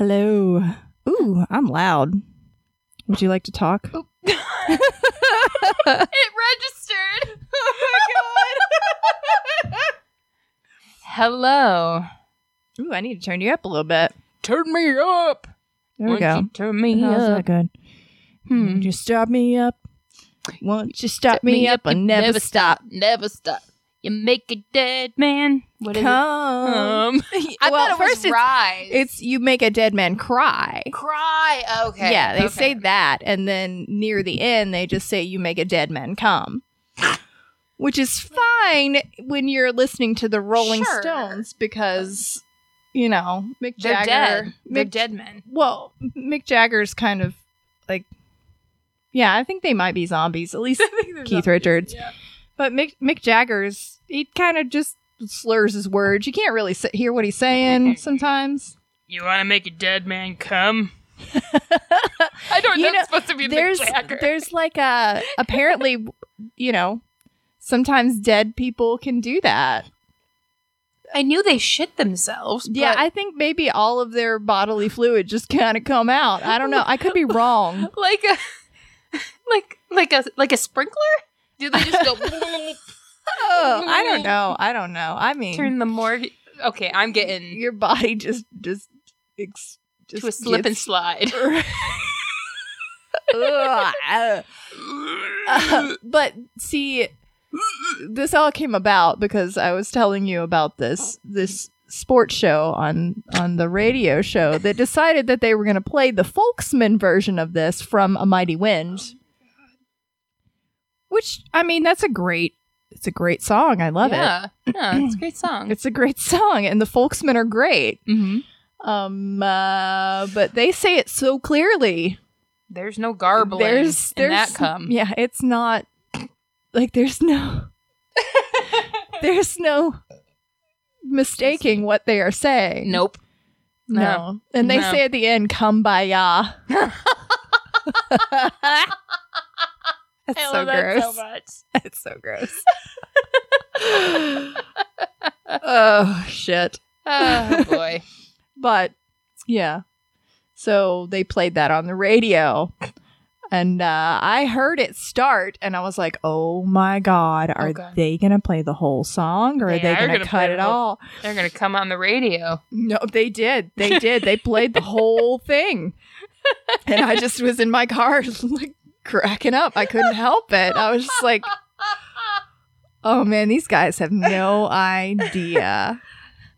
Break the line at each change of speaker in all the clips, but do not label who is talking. Hello. Ooh, I'm loud. Would you like to talk?
It registered. Oh my god. Hello.
Ooh, I need to turn you up a little bit.
Turn me up.
There we go.
turn me
No, that's not
up.
good.
Hmm.
Won't you stop me up? Won't you stop
Stop
me up? I never stop.
Never stop. You make a dead man. What is it?
Come.
Um, I
Well,
thought it
first
was
it's-
rise.
It's you make a dead man cry.
cry. Okay.
Yeah, they
okay.
say that, and then near the end, they just say you make a dead man come, which is fine when you're listening to the Rolling
Sure.
Stones because you know Mick
they're
Jagger.
dead. They're
Mick-
dead men.
Well, Mick Jagger's kind of like, yeah, I think they might be zombies at least, Keith Richards.
Yeah.
but Mick Mick Jagger's he kind of just slurs his words. You can't really s- hear what he's saying sometimes.
You want to make a dead man come? I don't
You
know.
know,
it's supposed to be
there's
Mick Jagger.
there's like a apparently you know sometimes dead people can do that
I knew they shit themselves.
yeah i think maybe all of their bodily fluid just kind of come out i don't know i could be wrong
but like a like like a like a sprinkler. Do they just go
oh i don't know i don't know i mean
turn the more? Okay, I'm getting
your body just just, ex- just
to a slip and
gets-
slide.
Ugh, uh, uh, but see this all came about because I was telling you about this this sports show on on the radio show that decided that they were going to play the Folksman version of this from A Mighty
Oh
Wind. Which I mean, that's a great it's a great song. I love it.
yeah. Yeah, it's a great song.
It's a great song, and the Folksmen are great.
mm-hmm.
Um, uh, but they say it so clearly.
There's no garbling
There's,
in
there's
that cum.
Yeah, it's not like there's no there's no mistaking what they are saying.
Nope.
No.
No.
And they
No.
say at the end, "Come by ya." That's
I
so
love that
gross.
so much.
That's so gross. oh shit.
Oh boy.
But yeah. So they played that on the radio. And uh, I heard it start, and I was like, "Oh my god, are
God.
they gonna play the whole song, or are
They
they
are
gonna,
gonna
cut
play the
it
whole-
all?"
They're gonna come on the radio.
No, they did. They did. They played the whole thing. And I just was in my car, like cracking up. I couldn't help it. I was just like, oh man, these guys have no idea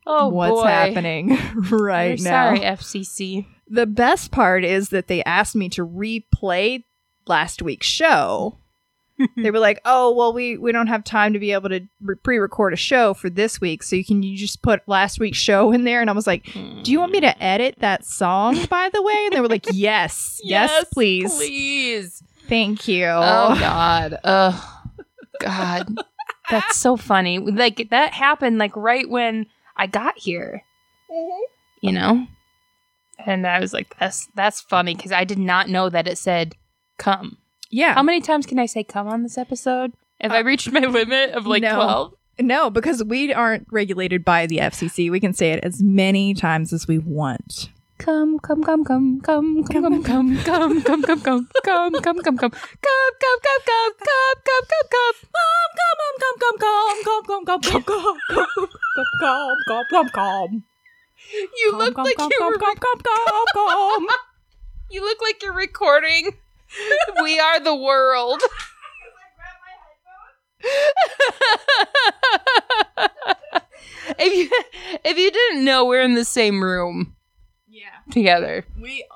Oh
what's
boy.
happening
We're
right now.
Sorry, FCC.
The best part is that they asked me to replay last week's show. they were like, "Oh, well, we we don't have time to be able to re- pre-record a show for this week, so you can you just put last week's show in there." And I was like,
Hmm.
"Do you want me to edit that song, by the way?" And they were like, "Yes, yes, please.
Please.
thank you."
Oh God. Oh God. That's so funny. Like that happened like right when I got here. You know? And I was like, that's that's funny because I did not know that it said come.
Yeah,
How many times can I say come on this episode? Have I
Uh,
reached my limit of like
no.
twelve?
no, because we aren't regulated by the FCC. We can say it as many times as we want.
Come, come, come, come, come, come, come, come, come, come, come, come, come, come, come, come, come, come, come, come, come, come, come, come. You look like you were You look like you're recording. we are the world. if you if you didn't know, we're in the same room
Yeah,
together.
we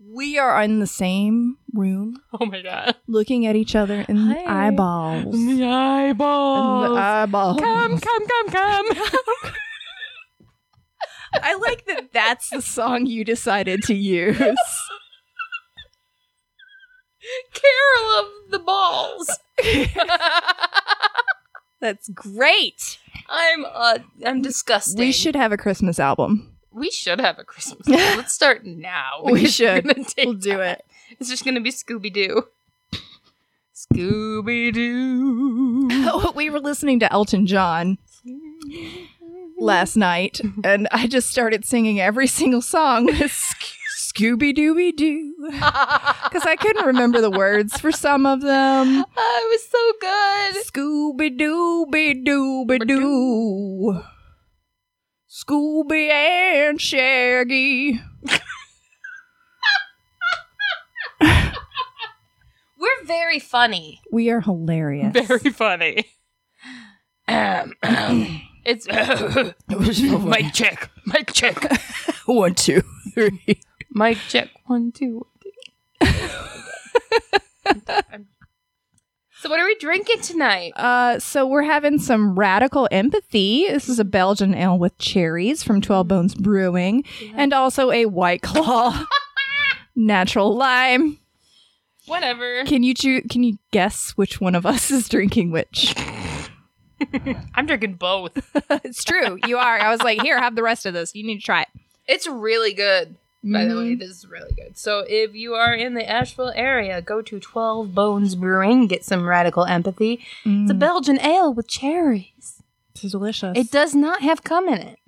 we are in the same room,
Oh my god!
looking at each other in the
Hi.
eyeballs. In
The eyeballs.
the eyeballs.
come, come, come, come.
I like that. That's the song you decided to use.
Carol of the balls.
That's great.
I'm uh, I'm disgusted.
We should have a Christmas album.
we should have a Christmas. album. Let's start now.
We
because we're
should.
gonna take
We'll do
time.
it.
It's just gonna be Scooby Doo. Scooby Doo.
we were listening to Elton John, last night, and I just started singing every single song with Sc- Scooby Dooby Doo
I
because I couldn't remember the words for some of them.
was so good.
Scooby Dooby Dooby Doo. Scooby and Shaggy.
We're very funny.
We are hilarious.
Very funny. Um, it's mic check. Mic check.
One, two, three.
mic check. One, two, one, two. so what are we drinking tonight?
Uh, so we're having some radical empathy. This is a Belgian ale with cherries from Twelve Bones Brewing, and also a White Claw natural lime.
Whatever.
Can you choo- Can you guess which one of us is drinking which?
I'm drinking both.
it's true. You are. I was like, here, have the rest of this. You need to try it.
It's really good. By the way,
Mm.
this is really good. So if you are in the Asheville area, go to 12 Bones Brewing, get some radical empathy. It's a
Mm.
Belgian ale with cherries.
This is delicious.
It does not have cum in it.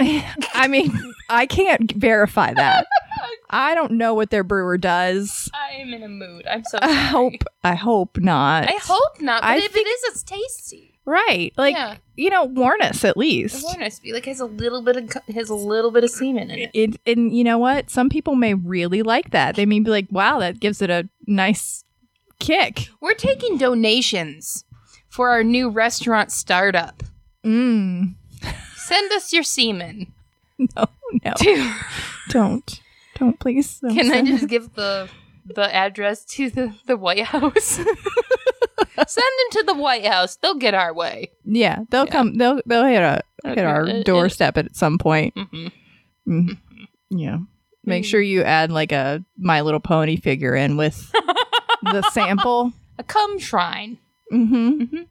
I mean, I can't verify that. I don't know what their brewer does.
I am in a mood. I'm so
I hope. I hope not.
I hope not, but
I
if
think-
it is, it's tasty.
Right. Like
yeah,
you know, warn us at
the
least.
warners be like has a little bit of cu- has a little bit of semen in it.
It and you know what? Some people may really like that. They may be like, "Wow, that gives it a nice kick."
We're taking donations for our new restaurant startup.
Mm.
Send us your semen.
No, no,
To-
don't, don't, please. don't
Can I
send it.
just give the the address to the, the White House? Send them to the White House. They'll get our way.
Yeah, they'll
Yeah. uh,
come. They'll they'll hit a hit our doorstep at some point.
Mhm.
Mm. Yeah. Make
Mm.
sure you add like a My Little Pony figure in with the sample.
A cum shrine.
Mm-hmm.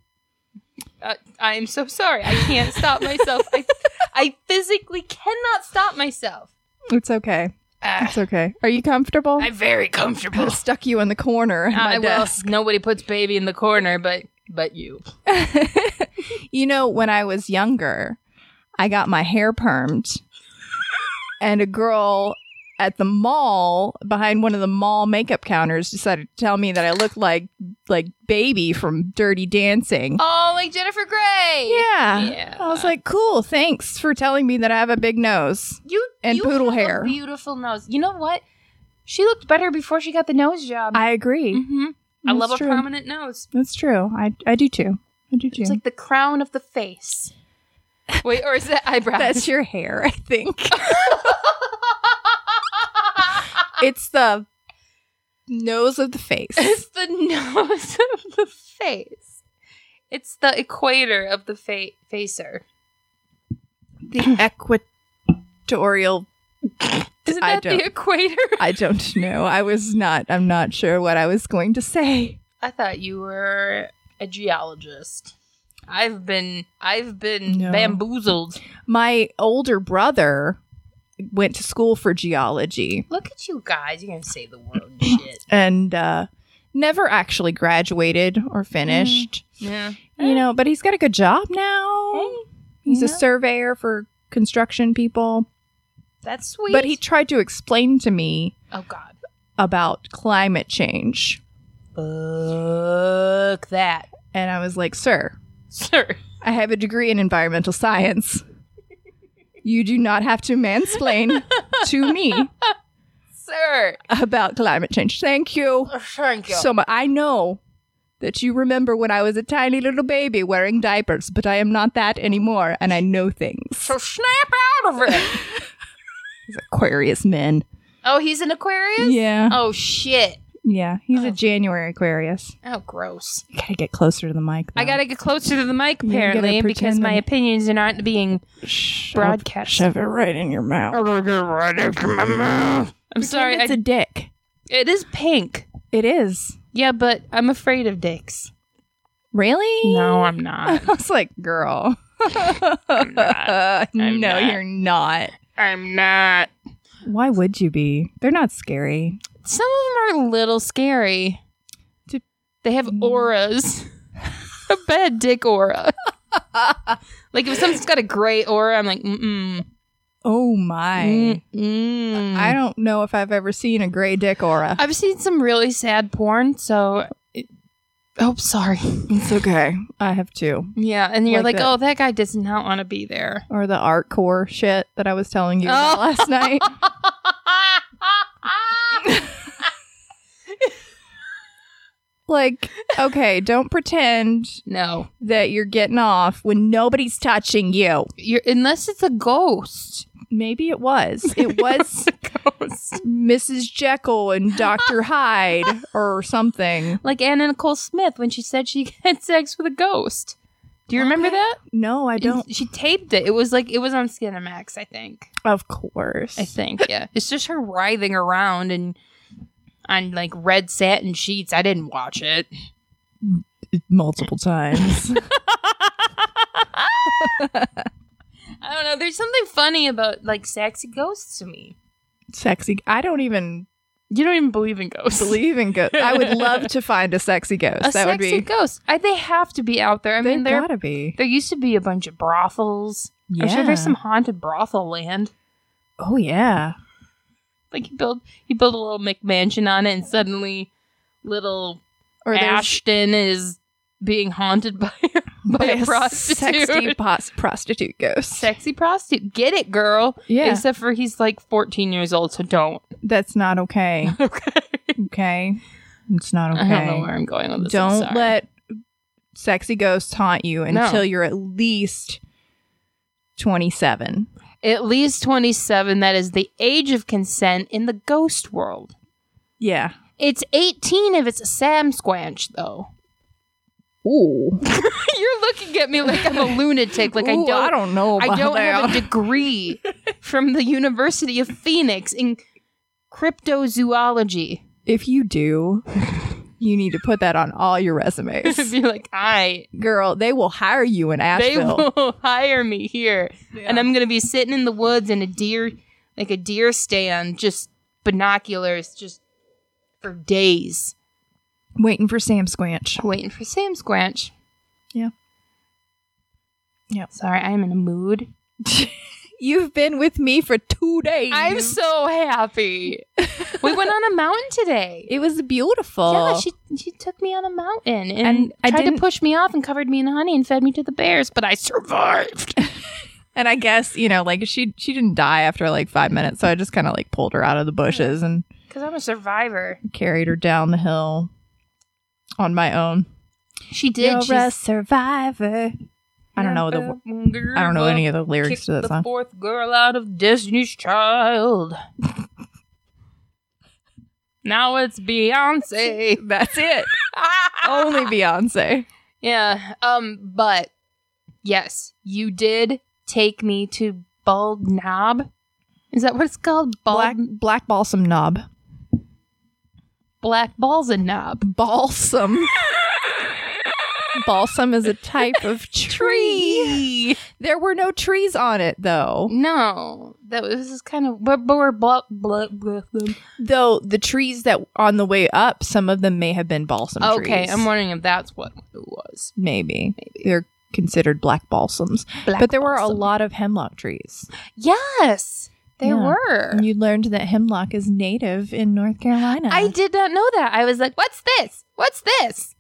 Uh, I am so sorry. I can't stop myself. I, I physically cannot stop myself.
It's okay.
Ah,
It's okay. Are you comfortable?
I'm very comfortable.
I've stuck you in the corner. Of my
I will.
desk.
Nobody puts baby in the corner, but but you.
you know, when I was younger, I got my hair permed, and a girl at the mall behind one of the mall makeup counters decided to tell me that I looked like like baby from Dirty Dancing.
Oh, like Jennifer Grey.
yeah.
Yeah.
I was like, cool. Thanks for telling me that I have a big nose.
you
and
you
poodle
have a
hair.
beautiful nose. You know what? She looked better before she got the nose job.
I agree.
hmm I love
That's
a
true.
prominent nose.
That's true. I I do too. I do too.
It's like the crown of the face. Wait, or is that eyebrows?
That's your hair, I think. it's the nose of the face.
it's the nose of the face. It's the equator of the fa- facer.
the equatorial
Isn't
I
that
don't-
the equator?
I don't know. I was not I'm not sure what I was going to say.
I thought you were a geologist. I've been I've been
No.
bamboozled.
My older brother went to school for geology.
Look at you guys, you're gonna save the world and shit.
and uh, never actually graduated or
Mm.
finished.
Yeah.
You know, but he's got a good job now. he's a
yeah.
surveyor for construction people.
That's sweet.
But he tried to explain to me
Oh god.
about climate change,
Fuck that.
and I was like, "Sir,
Sir.
I have a degree in environmental science. You do not have to mansplain to me
Sir. Oh,
about climate change. Thank you
Thank
so much. I know." That you remember when I was a tiny little baby wearing diapers, but I am not that anymore, and I know things.
snap out of it.
Aquarius men.
oh, he's an Aquarius?
Yeah.
Oh shit.
Yeah. He's
Oh.
a January Aquarius.
Oh gross.
You gotta get closer to the mic.
I gotta get closer to the mic
You gotta
apparently because
pretend
my
I'm-
opinions are not being
shove,
broadcast.
shove it right in your mouth.
I'm sorry,
Pretend it's
I-
a dick.
it is pink.
It is.
Yeah, but I'm afraid of dicks.
Really?
No, I'm
I
not.
was like, girl.
not. I'm
no,
not.
you're not.
I'm not.
Why would you be? They're not scary.
Some of them are a little scary.
To-
Mm. They have auras. a bad dick aura. Like if something's got a gray aura, I'm like, mm-mm.
Oh my.
Mm-mm.
I don't know if I've ever seen a gray dick aura.
I've seen some really sad porn, so. It, oh, sorry.
It's okay. I have two.
Yeah, and you're
Like
like,
that.
oh, that guy does not want to be there.
Or the art core shit that I was telling you about
Oh.
last night. Like, okay, don't pretend
no,
that you're getting off when nobody's touching you.
you're unless it's a ghost.
Maybe it was. It was
It's a ghost,
Mrs. Jekyll and Dr. Hyde or something.
like Anna Nicole Smith when she said she had sex with a ghost. Do you remember
Okay.
that?
No, I don't.
She taped it. It was like it was on Skinamax, I think.
Of course.
I think, yeah. It's just her writhing around and on like red satin sheets. I didn't watch it.
Multiple times.
I don't know. There's something funny about like sexy ghosts to me.
sexy. I don't even
You don't even believe in ghosts.
believe in ghosts. I would love to find a sexy ghost.
a
that would
sexy
be.
ghost. I, they have to be out there. I mean,
they
there
gotta be.
there used to be a bunch of brothels. I'm sure there's some haunted brothel land.
Oh yeah.
Like you build you build a little McMansion on it, and suddenly little
Or
Ashton is being haunted by a, by a prostitute.
sexy pos- prostitute ghost.
Sexy prostitute. Get it, girl.
yeah,
Except for he's like 14 years old, so don't.
that's not okay.
Okay.
Okay, it's not okay.
I don't know where I'm going with this. I'm
Don't
sorry.
let sexy ghosts haunt you
No.
until you're at least twenty-seven.
At least 27, that is the age of consent in the ghost world.
Yeah.
It's 18 if it's a Sam Squanch, though.
Ooh.
You're looking at me like I'm a lunatic. Like I don't.
I don't know.
I
About
don't
that.
have a degree from the University of Phoenix in cryptozoology.
if you do, you need to put that on all your resumes,
be like, I
girl. They will hire you in
they
Asheville.
will hire me here,
Yeah.
and I'm gonna be sitting in the woods in a deer, like a deer stand, just binoculars, just for days,
waiting for Sam Squanch.
waiting for Sam Squanch.
Yeah. Yeah.
Sorry, I am in a mood.
You've been with me for two days.
I'm so happy. we went on a mountain today.
It was beautiful.
Yeah, she she took me on a mountain and,
And I
tried
didn't-
to push me off and covered me in honey and fed me to the bears, but I survived.
and I guess you know, like she she didn't die after like five minutes, so I just kind of like pulled her out of the bushes and
Because I'm a survivor.
carried her down the hill on my own.
She did.
You're
she's-
a survivor. I don't know the I don't know any of the lyrics to that
the
song.
fourth girl out of Disney's Child. now it's Beyonce.
That's it. Only Beyonce.
Yeah. Um. But yes, you did take me to Bald Knob. Is that what it's called? Bald
Black black balsam knob.
black balls and knob.
Balsam. balsam is a type of tree. There were no trees on it though.
No, that was this is kind of but but we're blah, blah, blah, blah.
Though the trees that on the way up, some of them may have been balsam trees.
okay. I'm wondering if that's what it was.
maybe.
Maybe.
They're considered black balsams.
Black
but there were a
balsam.
lot of hemlock trees.
Yes, there
Yeah.
were.
And you learned that hemlock is native in North Carolina.
I did not know that. I was like, "What's this? What's this?"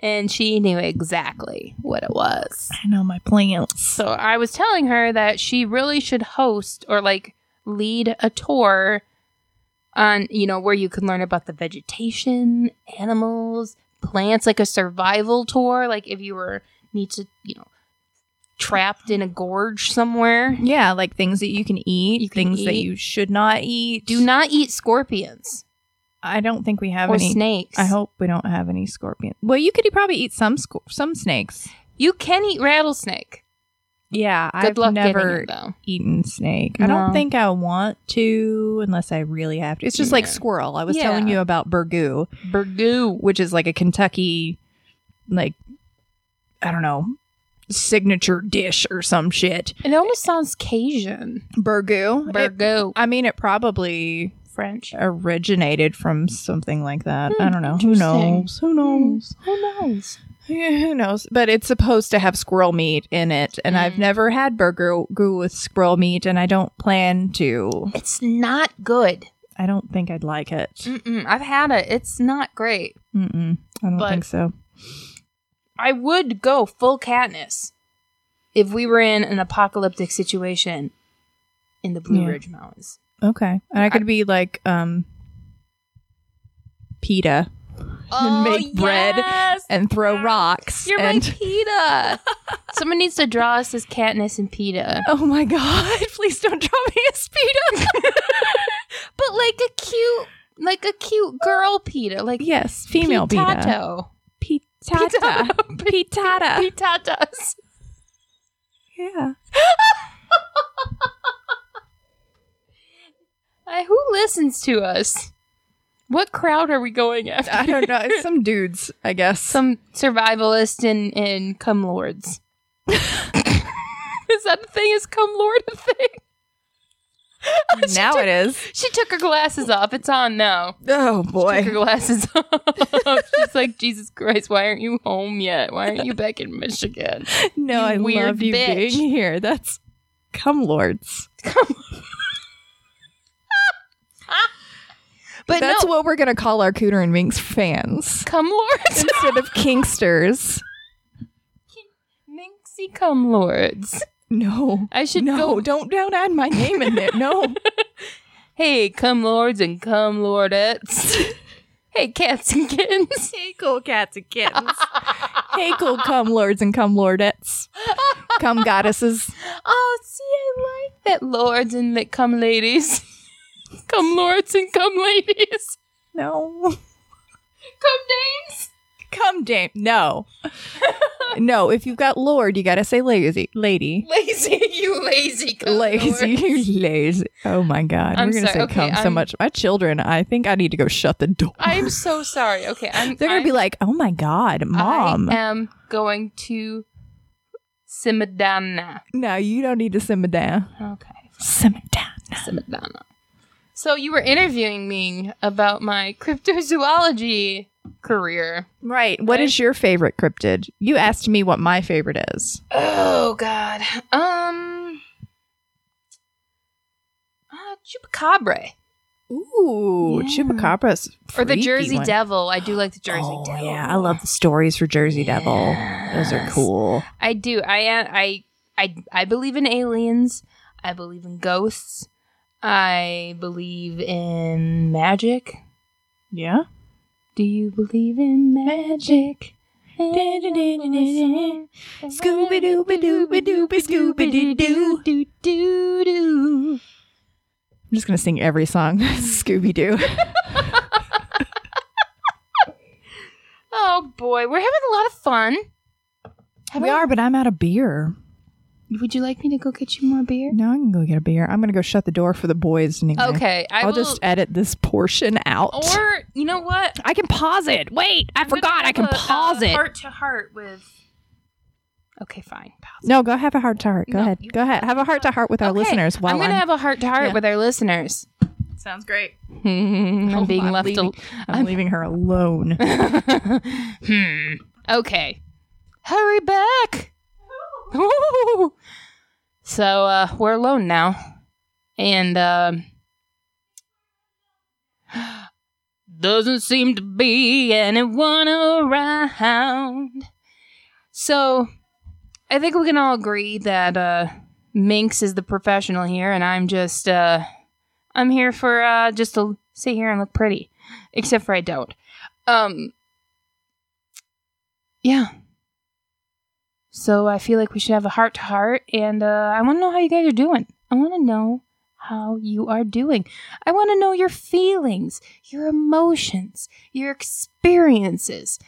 And she knew exactly what it was.
I know my plants.
So I was telling her that she really should host or like lead a tour on, you know, where you can learn about the vegetation, animals, plants, like a survival tour. Like if you were need to, you know, trapped in a gorge somewhere.
Yeah, like things that you can eat,
You can
things that
eat.
you should not eat.
Do not eat scorpions
I don't think we have
or
any.
snakes.
I hope we don't have any scorpions. Well, you could probably eat some sco- some snakes.
you can eat rattlesnake.
Yeah,
Good
I've
luck
never
getting it though.
eaten snake. I
No.
don't think I want to unless I really have to. It's just like
Yeah.
squirrel. I was
Yeah.
telling you about burgoo,
Burgoo.
which is like a Kentucky, like I don't know, signature dish or some shit.
It almost sounds Cajun.
Burgoo. It-
Burgoo.
I mean, it probably
French.
originated from something like that.
Hmm,
I don't know. Who
interesting.
knows? Who knows?
Who knows?
Hmm. Yeah, who knows? But it's supposed to have squirrel meat in it, and I've
Mm.
never had burger goo with squirrel meat, and I don't plan to.
It's not good.
I don't think I'd like it.
Mm-mm, I've had it. It's not great.
Mm-mm, I don't
But-
think so.
I would go full Katniss if we were in an apocalyptic situation in the Blue
Yeah.
Ridge Mountains.
Okay, and I could be like um, PETA make bread
Oh, yes!
and throw rocks.
You're
and
my PETA. Someone needs to draw us as Katniss and PETA.
oh my god! Please don't draw me as PETA.
But like a cute, like a cute girl PETA, like
yes, female PETA.
Pitato.
Pitata. Pitata.
Pitatas.
Yeah.
Uh, who listens to us? What crowd are we going after?
I don't know. It's some dudes, I guess.
Some survivalist and and cum lords. is that a thing? Is cum lord a thing?
now it is.
She took her glasses off. It's on now.
Oh boy.
Took her glasses off. She's like, Jesus Christ, why aren't you home yet? Why aren't you back in Michigan?
No,
You
I
weird
love you
bitch.
being here. That's come lords.
But
That's
no,
what we're gonna call our Cooter and Minx fans
cum lords.
instead of Kingsters.
Minxie cum lords.
No,
I should
no,
go.
don't don't add my name in there. No,
Hey, cum lords and cum lordettes. hey, cats and kittens.
hey, cool cats and kittens. hey, cool cum lords and cum lordettes, cum goddesses.
Oh, see, I like that lords and that come ladies. come lords and come ladies.
No,
Come dames.
cum dame. No, no. If you've got lord, you gotta say lazy, lady,
Lazy, you lazy cum
lazy,
lords.
you lazy. Oh my god,
I'm
we're gonna
sorry,
say
okay,
cum so
I'm-
much. My children, I think I need to go shut the door.
I'm so sorry. Okay, I'm.
They're gonna
I'm,
be like, "Oh my god, mom!
I am going to Simadana.
no, you don't need to simmer down.
Okay,
Simmer down."
Simadana. So you were interviewing me about my cryptozoology career.
Right. What
Okay.
is your favorite cryptid? You asked me what my favorite is.
Oh God. Um. Uh, chupacabra
Ooh,
Yeah.
chupacabras
or the
freaky
Jersey
one.
Devil. I do like the Jersey
oh,
Devil.
Yeah, I love the stories for Jersey Devil. Those are
Yes.
cool.
I do. I uh, I I I believe in aliens. I believe in ghosts. I believe in magic.
Yeah.
Do you believe in magic?
Da-da-da-da-da. Scooby-dooby-dooby-dooby, scooby-doo-doo.
Do, do, do.
I'm just gonna sing every song. Scooby Doo.
Oh boy, we're having a lot of fun. Have
we
I-
are, but I'm out of beer.
Would you like me to go get you more beer?
No, I can go get a beer. I'm gonna go shut the door for the boys anyway.
Okay, I
I'll
will.
just edit this portion out.
or you know what?
I can pause it. Wait, I
I'm gonna
forgot I
have
can
a-
pause
a
it.
Heart to heart with. Okay, fine. Pause.
No, go have a heart to heart. Go
No,
ahead.
you-
Go ahead. Have a heart to heart with our
Okay,
listeners while
I'm
I'm,
gonna have a heart to heart
Yeah.
with our listeners.
Sounds great.
I'm
Oh,
being
I'm
left.
leaving.
Al-
I'm,
I'm-
leaving her alone.
hmm. Okay. Hurry back. Ooh. So uh, we're alone now, and um, doesn't seem to be anyone around. So I think we can all agree that uh, Minx is the professional here, and I'm just uh, I'm here for uh, just to sit here and look pretty, except for I don't. Um. Yeah. So I feel like we should have a heart to heart, and uh, I want to know how you guys are doing. I want to know how you are doing. I want to know your feelings, your emotions, your experiences,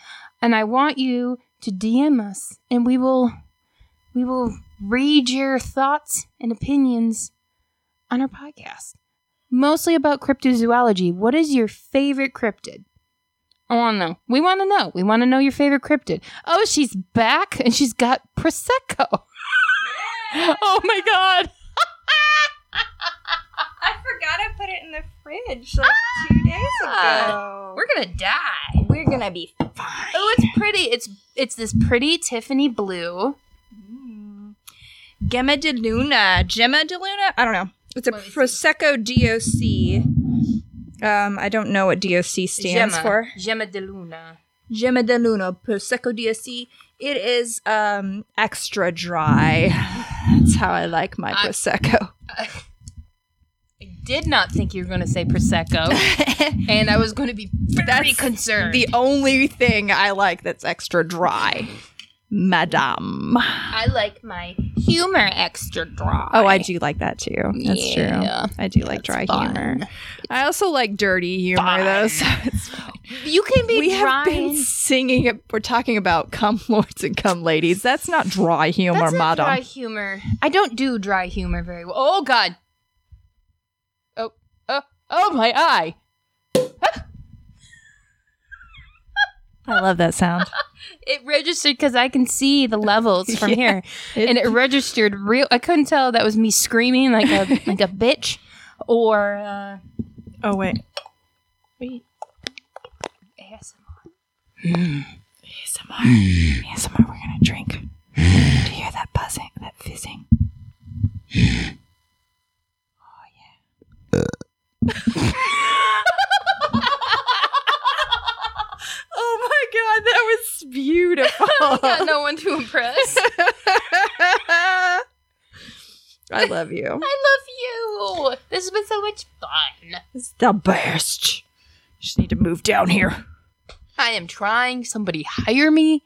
and I want you to DM us, and we will, we will read your thoughts and opinions on our podcast. Mostly about cryptozoology. What is your favorite cryptid? I want to know. We want to know. We want to know your favorite cryptid. Oh, she's back and she's got prosecco. oh my god.
I forgot I put it in the fridge like two days
Ah.
ago.
gonna die.
We're gonna be fine.
Oh, it's pretty. It's it's this pretty Tiffany blue.
Mm. Gemma de Luna. Gemma de Luna? I don't know. It's a
Let me see.
Prosecco DOC. Um, I don't know what DOC stands
Gemma.
for.
Gemma de Luna.
Gemma de Luna Prosecco DOC. It is um extra dry. That's how I like my
I-
prosecco.
I did not think you were going to say prosecco, and I was going to be very
That's
concerned.
the only thing I like that's extra dry, Madame.
I like my humor extra dry.
Oh, I do like that too. That's
Yeah,
true. I do like
that's
dry
fun.
humor. I also like dirty humor though. So it's
You can be
we
dry.
have been
and-
singing. We're talking about cum lords and cum ladies. That's not dry humor,
That's not
Madame.
dry humor. I don't do dry humor very well. Oh God. Oh oh oh my eye.
I love that sound.
It registered because I can see the levels from
Yeah.
here, and it registered real. I couldn't tell that was me screaming like a like a bitch, or uh,
oh wait.
wait, ASMR.
ASMR. ASMR, we're gonna drink. Do you hear that buzzing, that fizzing? oh
oh my god, that was beautiful.
Got no one to impress.
I love you.
I love you. This has been so much fun.
It's the best. Just need to move down here.
I am trying. Somebody hire me.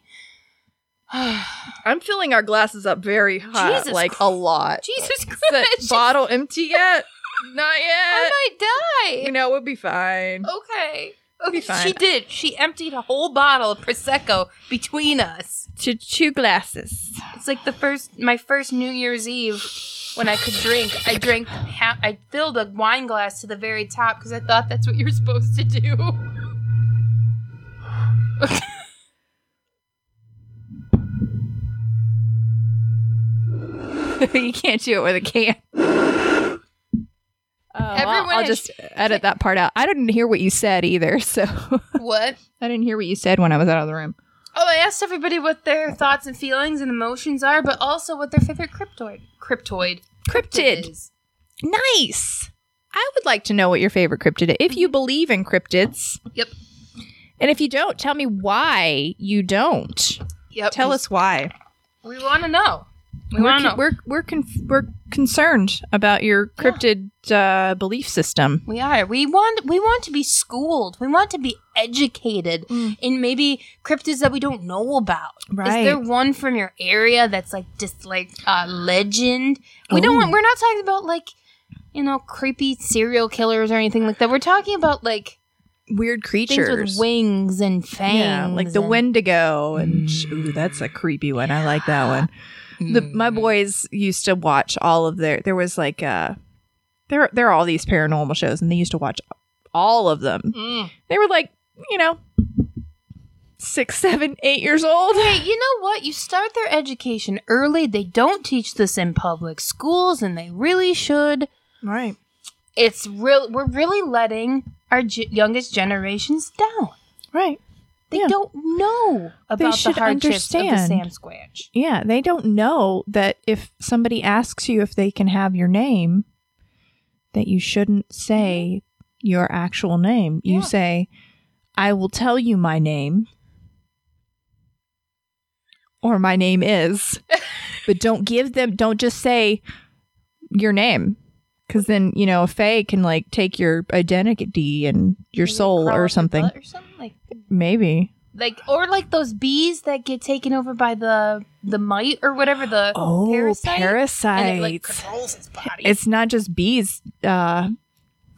I'm filling our glasses up very
hot, Jesus like, a Christ.
lot.
Jesus Christ!
bottle empty yet? Not
I
yet.
might die.
know, we'll be fine.
Okay.
be
She
fine.
did. She emptied a whole bottle of prosecco between us.
To two glasses.
It's like the first, my first New Year's Eve when I could drink. I drank. Ha- I filled a wine glass to the very top because I thought that's what you're supposed to do.
you can't do it with a can. I'll,
Everyone
I'll
has-
just edit that part out. I didn't hear what you said either, so
What?
I didn't hear what you said when I was out of the room.
Oh, I asked everybody what their thoughts and feelings and emotions are, but also what their favorite cryptoid, cryptoid,
Cryptid.
is.
Nice. I would like to know what your favorite cryptid is. If you believe in cryptids.
Yep.
And if you don't, tell me why you don't.
Yep.
Tell us why.
We want to know. We
we're
want to
con-
know.
we're we're, conf- we're concerned about your
Yeah.
cryptid uh, belief system.
We are. We want we want to be schooled. We want to be educated
Mm.
in maybe cryptids that we don't know about. Is
Right.
there one from your area that's like just like a legend? We don't
Ooh.
want we're not talking about like you know creepy serial killers or anything like that. We're talking about like
Weird
things with wings and fangs.
Yeah, like the
and-
Wendigo, and
Mm.
ooh, that's a creepy one. I like that one. The,
Mm.
my boys used to watch all of their. There was like uh there there are all these paranormal shows, and they used to watch all of them.
Mm.
They were like, you know, six, seven, eight years old.
Hey, you know what? You start their education early. They don't teach this in public schools, and they really should.
Right.
it's real we're really letting our ge- youngest generations down
Right.
they
Yeah.
don't know about the
should
hardships of the
understand.
sam squatch
Yeah, they don't know that if somebody asks you if they can have your name, that you shouldn't say your actual name.
Yeah.
You say, I will tell you my name, or my name is, but don't give them, don't just say your name. Because then, you know, a Fae can like take your identity and your soul or something.
or something like,
Maybe.
like or like those bees that get taken over by the the mite or whatever the
Oh,
parasite, and it, like,
parasites.
controls his body
it's not just bees. Uh,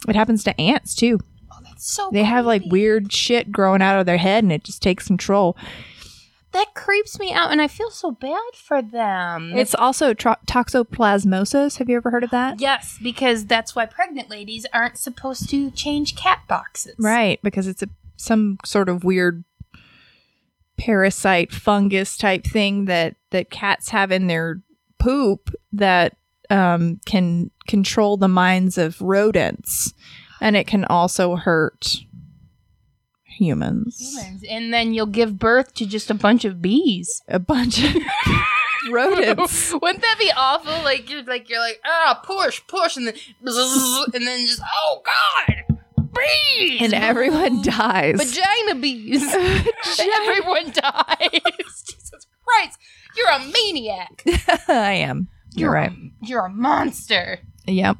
it happens to ants too.
oh, that's so
They have like
creepy.
weird shit growing out of their head, and it just takes control.
that creeps me out and i feel so bad for them
It's also tro- toxoplasmosis. Have you ever heard of that?
yes because that's why pregnant ladies aren't supposed to change cat boxes
Right, because it's a some sort of weird parasite fungus type thing that that cats have in their poop that um, can control the minds of rodents, and it can also hurt humans.
Humans. And then you'll give birth to just a bunch of bees.
A bunch of rodents.
Wouldn't that be awful? Like you're like you're like ah push push and then bzzz, and then just oh god bees
And everyone dies.
vagina bees And everyone dies. Jesus Christ, you're a maniac.
I am. You're right.
You're a monster.
Yep.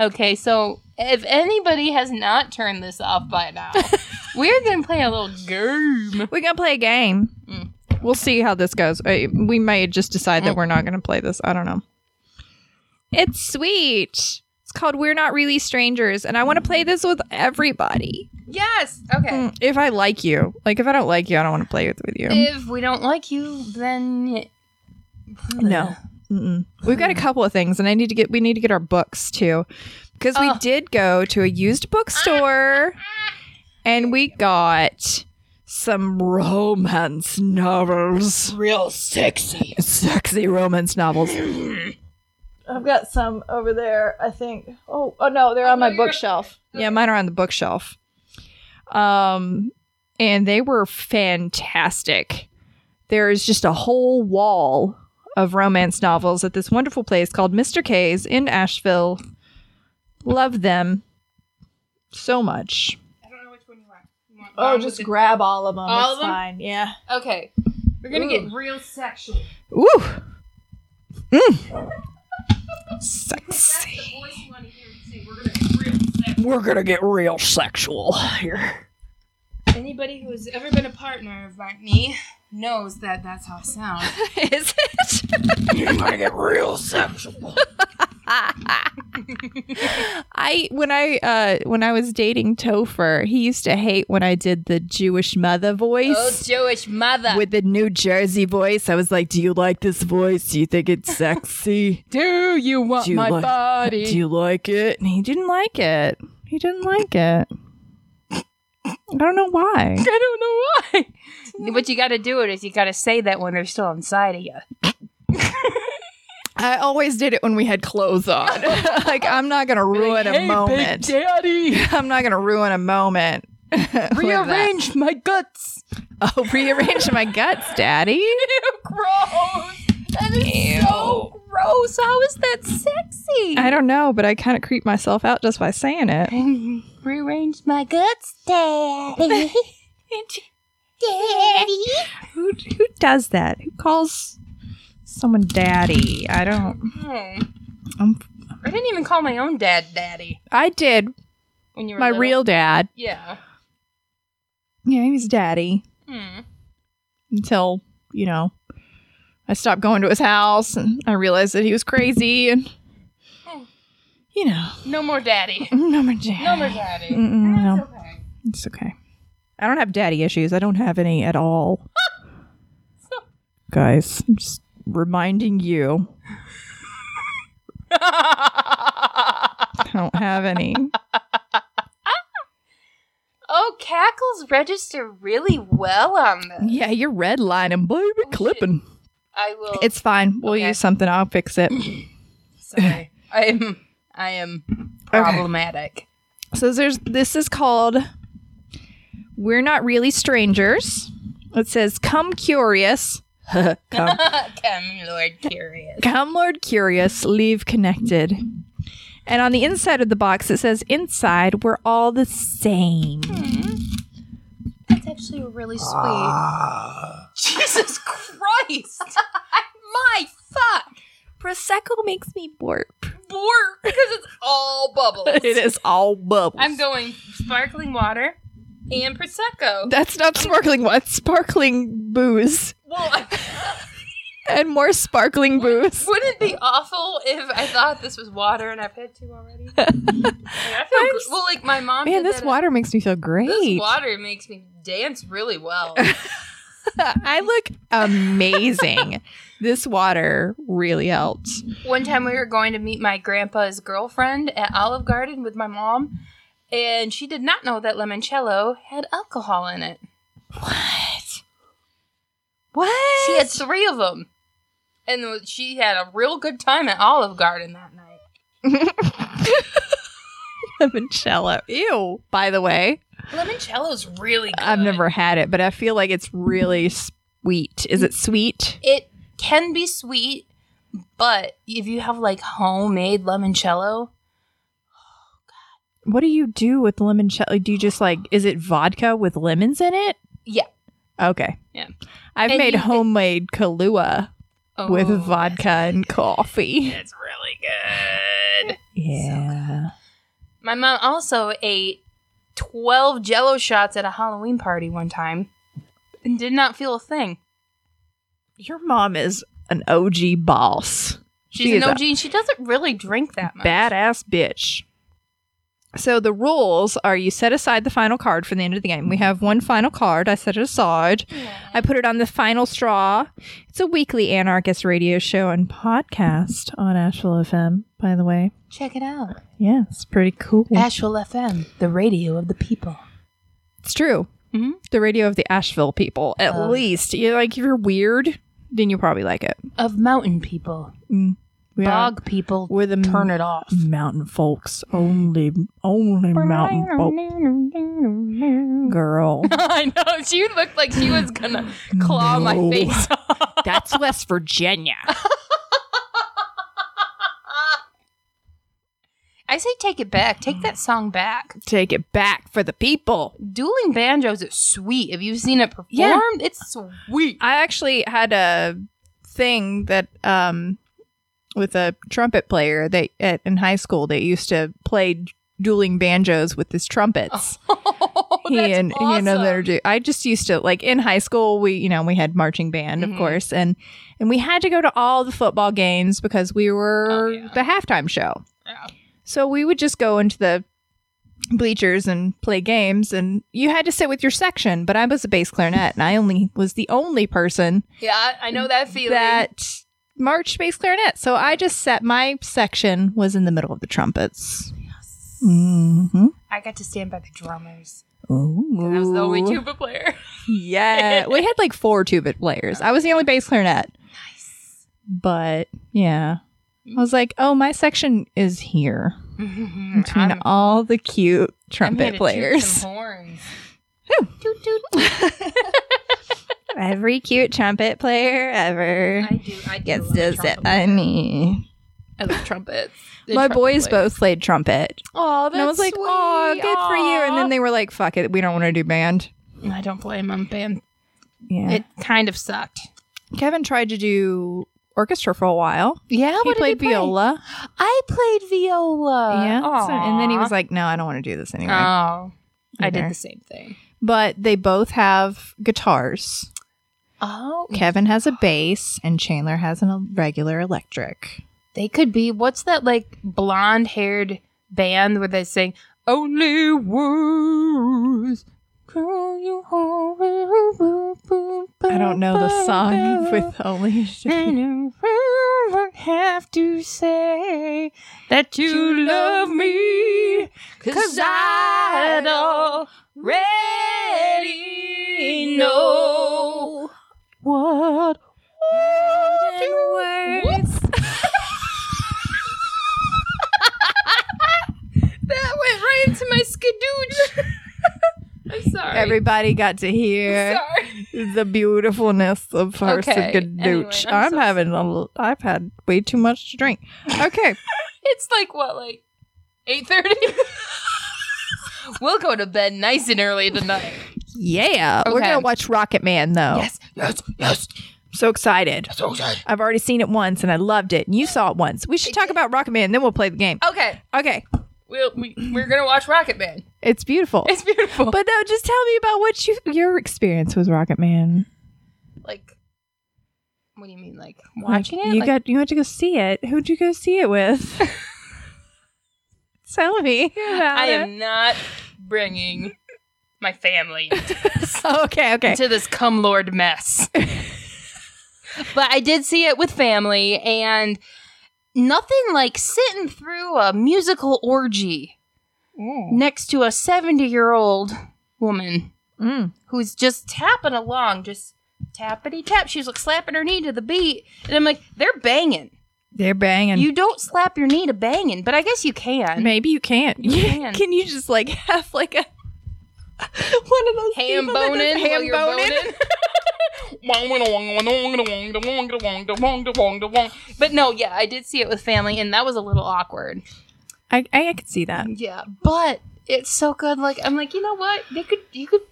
Okay, so if anybody has not turned this off by now, we're gonna play a little game.
We're going to play a game.
Mm.
We'll see how this goes. Uh, We may just decide that we're not going to play this. I don't know. It's sweet. It's called We're Not Really Strangers, and I want to play this with everybody.
Yes. Okay.
Mm, If I like you. Like, if I don't like you, I don't want to play it with you.
If we don't like you, then Ah,
No. Mm-mm. We've got a couple of things, and I need to get we need to get our books too, because we
Oh. Ah.
did go to a used bookstore, and we got some romance novels,
real sexy.
sexy romance novels. I've got some over there. I think. Oh, oh no, they're
Oh, on no, my you're-
bookshelf. Yeah, mine are on the bookshelf. Um, and they were fantastic. There is just a whole wall of romance novels at this wonderful place called Mr. K's in Asheville. Love them so much.
I don't know which one you want. You want
Oh,
one
just
with
grab all of them.
All
it's
of 'em?
fine. Yeah.
the- okay. We're gonna get real sexual.
Ooh. Mm. Sexy.
voice you want to hear too. We're gonna get real sexual.
We're gonna get real sexual here.
Anybody who has ever been a partner of like me knows that that's how it sounds.
Is it?
You're gonna get real sexual.
I when I uh when I was dating Topher, he used to hate when I did the Jewish mother voice
Jewish mother.
with the New Jersey voice. I was like, "Do you like this voice? Do you think it's sexy?
Do you want
Do you
my
like-
body?
Do you like it?" And he didn't like it. He didn't like it. I don't know why.
I don't know why. What you got to do it is you got to say that when they're still inside of you.
I always did it when we had clothes on. like I'm not gonna ruin a moment.
daddy,
I'm not gonna ruin a moment. with that.
rearrange my guts.
Oh, rearrange my guts, Daddy.
Ew, gross. That is so gross. How is that sexy?
I don't know, but I kind of creep myself out just by saying it.
don't rearrange my guts, daddy. daddy.
Who who does that? Who calls someone daddy? I don't. I'm,
Hmm. I didn't even call my own dad daddy
I did
when you were
my
little.
real dad.
Yeah.
Yeah, he was daddy
Hmm.
until you know I stopped going to his house and I realized that he was crazy and
Hmm.
you know
No more daddy.
no more daddy.
No more daddy.
Mm-mm,
That's
no.
okay.
It's okay. I don't have daddy issues. I don't have any at all. Guys, I'm just
Oh,
reminding you, I don't have any.
oh, cackles register really well on this.
yeah, you're redlining, baby, clipping.
I will.
It's fine. We'll
Oh, Okay.
use something. I'll fix it.
sorry. I am. I am problematic.
So there's this is called We're Not Really Strangers. It says Come Curious. come
Come, Lord Curious.
Come Lord Curious, leave connected. And on the inside of the box it says inside we're all the same.
That's actually really sweet.
Ah.
Jesus Christ! My fuck!
Prosecco makes me burp.
Bork! Because it's all bubbles.
It is all bubbles.
I'm going sparkling water and prosecco.
That's not sparkling wine. Sparkling booze
Well, I-
and more sparkling booze.
Wouldn't it be awful if I thought this was water and I've had two already? Like, I feel
I'm
gr- well, like my mom.
Man,
did
this
that-
water makes me feel great.
This water makes me dance really well.
I look amazing. this water really helped.
One time we were going to meet my grandpa's girlfriend at Olive Garden with my mom, and she did not know that limoncello had alcohol in it.
What? What?
She had three of them, and she had a real good time at Olive Garden that night.
limoncello. Ew. By the way,
Limoncello's really good.
I've never had it, but I feel like it's really sweet. Is it sweet?
It can be sweet, but if you have like homemade limoncello,
What do you do with limoncello? Do you just like is it vodka with lemons in it?
Yeah.
Okay.
Yeah.
I've
And
made
you-
homemade Kahlua
oh,
with
that's
vodka and
good.
coffee.
It's really good.
Yeah.
My mom also ate 12 jello shots at a Halloween party one time and did not feel a thing.
Your mom is an OG boss.
She's
She is
an
a
OG and she doesn't really drink that much.
Badass bitch. So the rules are you set aside the final card for the end of the game. We have one final card. I set it aside. I put it on the final straw. It's a weekly anarchist radio show and podcast on Asheville FM, by the way.
Check it out.
Yeah, it's pretty cool.
Asheville FM, the radio of the people.
It's true.
Mhm.
The radio of the Asheville people, at
Of-
least. You like if you're weird, then you probably like it.
Of mountain people.
We
Bog people.
are, we're the
Turn it off.
mountain folks only. Only mountain folk girl.
I know. She looked like she was going to claw my
Mm. No.
face off.
That's West Virginia.
I say take it back. Take that song back.
Take it back for the people.
Dueling banjos is sweet. Have you seen it performed?
Yeah.
It's sweet.
I actually had a thing that um with a trumpet player that at, in high school that used to play dueling banjos with his trumpets.
Oh,
he
that's
and he and
awesome.
another dude. I just used to like in high school. We you know we had marching band
Mhm.
of course, and and we had to go to all the football games because we were
Oh, yeah.
the halftime show.
Yeah.
So we would just go into the bleachers and play games, and you had to sit with your section. But I was a bass clarinet, and I only was the only person
Yeah, I I know that feeling.
that marched bass clarinet. So I just sat. My section was in the middle of the trumpets. Mm-hmm.
I got to stand by the drummers.
Ooh.
I was the only tuba player.
Yeah, we had like four tuba players. I was the only bass clarinet.
Nice.
But yeah, I was like, oh, my section is here between
I'm-
all the cute
Hmm, I'm
trumpet
here to toot
players.
some horns.
Toot, toot. Every cute trumpet player ever
I do. I do
gets
love
to
trumpet
sit by
player.
me.
I love trumpets.
My boys both played trumpet.
Oh, that's
and I was like, oh, good for you. And then they were like, fuck it, we don't want to do band.
they. I don't blame them. Band.
Yeah.
It kind of sucked.
Kevin tried to do orchestra for a while.
Yeah,
he played viola.
I played viola.
yeah. so- and then he was
like,
like, no, I don't want to do this anymore.
oh, I
Either.
did the same thing.
but they both have guitars.
Oh,
Kevin has a bass, and Chandler has a regular electric.
They could be. What's that like blonde haired band where they sing only words? I
I don't
don't
know the song with only.
And I have to say that you love me, cause I already know what words. that went right into my skadooch. I'm sorry.
Everybody got to hear
Sorry.
the beautifulness of her
Okay, anyway,
Sigadooch.
I'm
I'm,
so
having a l- I've had way too much to drink. Okay.
It's like what, like eight thirty? we'll go to bed nice and early tonight.
yeah. We're
Okay.
going to watch Rocket Man, though.
Yes.
Yes, yes.
I'm so excited.
So excited.
I've already seen it once and I loved it. And you saw it once. We should talk about Rocket Man, then we'll play the game.
Okay.
Okay.
We'll, we we're gonna watch Rocket Man.
It's beautiful.
It's beautiful.
But no, just tell me about what you your experience with Rocket Man.
like, what do you mean? Like
Like,
watching it?
You
Like,
got you went to go see it. Who'd you go see it with? tell me. About
I am not bringing my family
it. okay, okay.
into this cum lord mess. but I did see it with family, and nothing like sitting through a musical orgy next to a seventy-year-old woman.
Mm.
who's just tapping along, just tappity tap. She's like slapping her knee to the beat. And I'm like, they're banging.
They're banging.
You don't slap your knee to banging, but I guess you can.
Maybe you can't.
You can.
you just like have like a
one of those
Ham
people that does
boning.
ham
Ham boning. but no, yeah, I did see it with family, and that was a little awkward.
I, I I could see that.
Yeah, but it's so good. Like I'm like, you know what? They could you could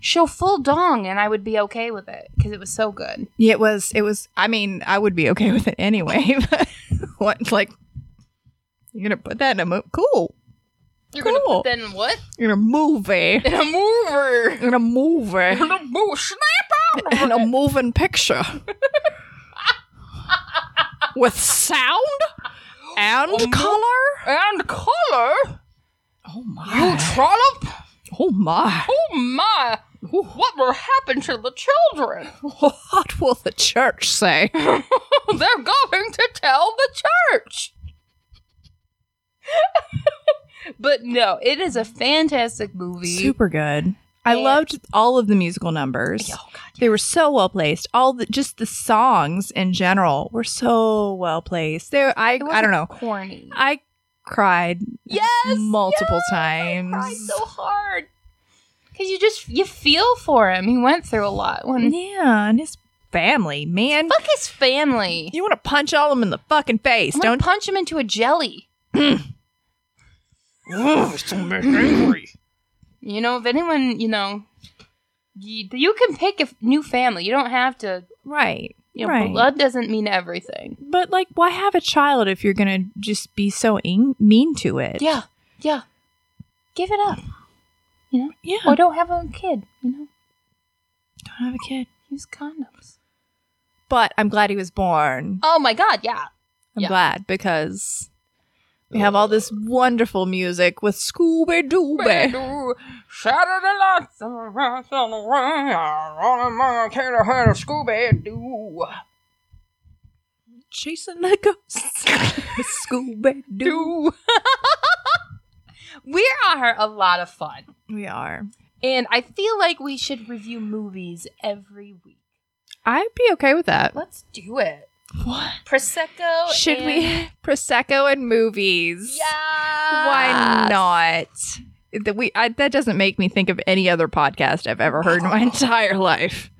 show full dong, and I would be okay with it because it was so good.
Yeah, It was it was. I mean, I would be okay with it anyway. But what like you're gonna put that in a movie? Cool.
You're
Cool.
gonna put that in what?
In a movie.
In a mover.
In a movie.
In a mo- snap out.
In a moving picture. With sound and
Oh, no.
color.
and color.
Oh
You
my.
trollop.
Oh my.
Oh my. What will happen to the children?
What will the church say?
They're going to tell the church. but no, it is a fantastic movie.
Super good. I
Yeah.
loved all of the musical numbers.
Oh, God.
They were so well placed. All the just the songs in general were so well placed. There, I
It
I don't
wasn't
know.
Corny.
I cried
yes.
multiple
yes,
times.
I cried so hard because you just you feel for him. He went through a lot. When
yeah, and his family, man,
fuck his family.
you want to punch all of them in the fucking face,
I'm gonna
don't?
punch him into a jelly. You know, if anyone, you know, you, you can pick a f- new family. You don't have to.
Right,
You know,
right.
blood doesn't mean everything.
But like, why have a child if you're gonna just be so in- mean to it?
Yeah, yeah. Give it up,
yeah.
or don't have a kid. You know,
Don't have a kid.
use condoms.
But I'm glad he was born.
Oh my god, yeah.
I'm
Yeah.
glad because we have all this wonderful music with Scooby Dooby.
Saturday nights on the rocks on the run, on a monkey to hurt a Scooby Doo.
Chasing the ghosts. Scooby Doo.
Doo. We are a lot of fun.
We are.
And I feel like we should review movies every week.
I'd be okay with that.
Let's do it.
What?
Prosecco.
Should
and-
we? Prosecco and movies.
Yeah.
Why not? That we I, that doesn't make me think of any other podcast I've ever heard in my entire life.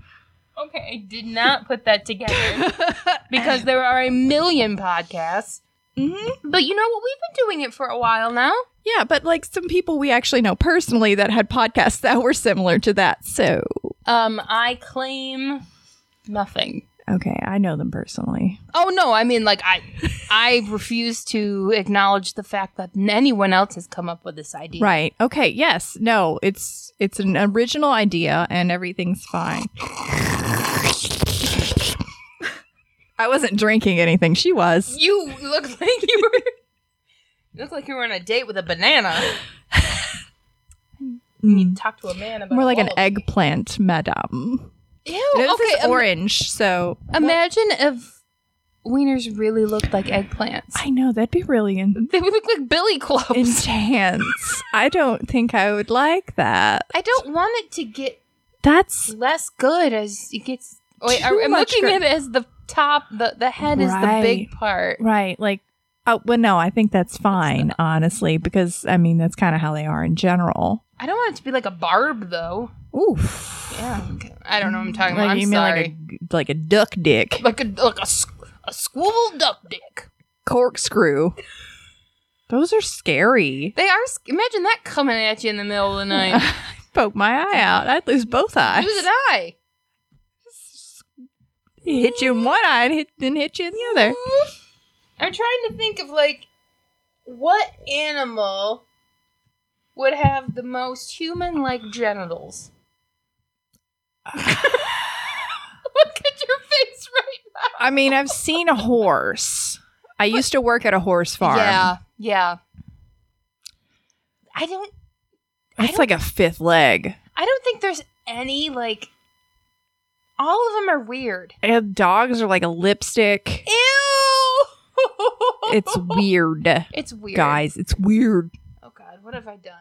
Okay, I did not put that together
Mm-hmm.
because there are a million podcasts.
Mhm.
But you know what? We've been doing it for a while now.
Yeah, but like some people we actually know personally that had podcasts that were similar to that. So
Um, I claim nothing.
okay, I know them personally.
Oh no, I mean like I I refuse to acknowledge the fact that anyone else has come up with this idea.
Right. Okay. Yes. No. It's it's an original idea, and everything's fine. I wasn't drinking anything. She was.
You look like you were you look like you were on a date with a banana. You
Mm.
need to talk to a man about
More like an
wallaby.
eggplant, madame.
Ew,
It is
okay.
is
im-
orange, so
imagine if wieners really looked like eggplants.
I know that'd be really in-
they would look like billy clubs.
intense. I don't think I would like that.
I don't want it to get
That's
less good as it gets. Wait,
Too
I, am
much
looking
good.
at it as the top. The the head is the
Right.
big part.
right. Like, oh, well, no, I think that's fine, honestly, because I mean that's kind of how they are in general.
I don't want it to be like a barb though.
Oof.
Yeah, okay. I don't know. what I'm talking
Like
about. I'm
you mean
sorry.
like a like a duck dick
like a like a, squ- a squibble duck dick.
corkscrew. Those are scary.
They are. sc- Imagine that coming at you in the middle of the night.
Poke my eye out. I'd lose both eyes.
Lose an eye.
Hit you in one eye and hit, then hit you in the other.
Mm-hmm. I'm trying to think of like what animal would have the most human-like genitals. Look at your face right now.
I mean, I've seen a horse. I used to work at a horse farm.
Yeah, yeah. I don't. I
It's like a fifth leg.
I don't think there's any like. All of them are weird.
And dogs are like a lipstick.
Ew.
It's weird.
It's weird.
Guys, it's weird.
Oh God, what have I done?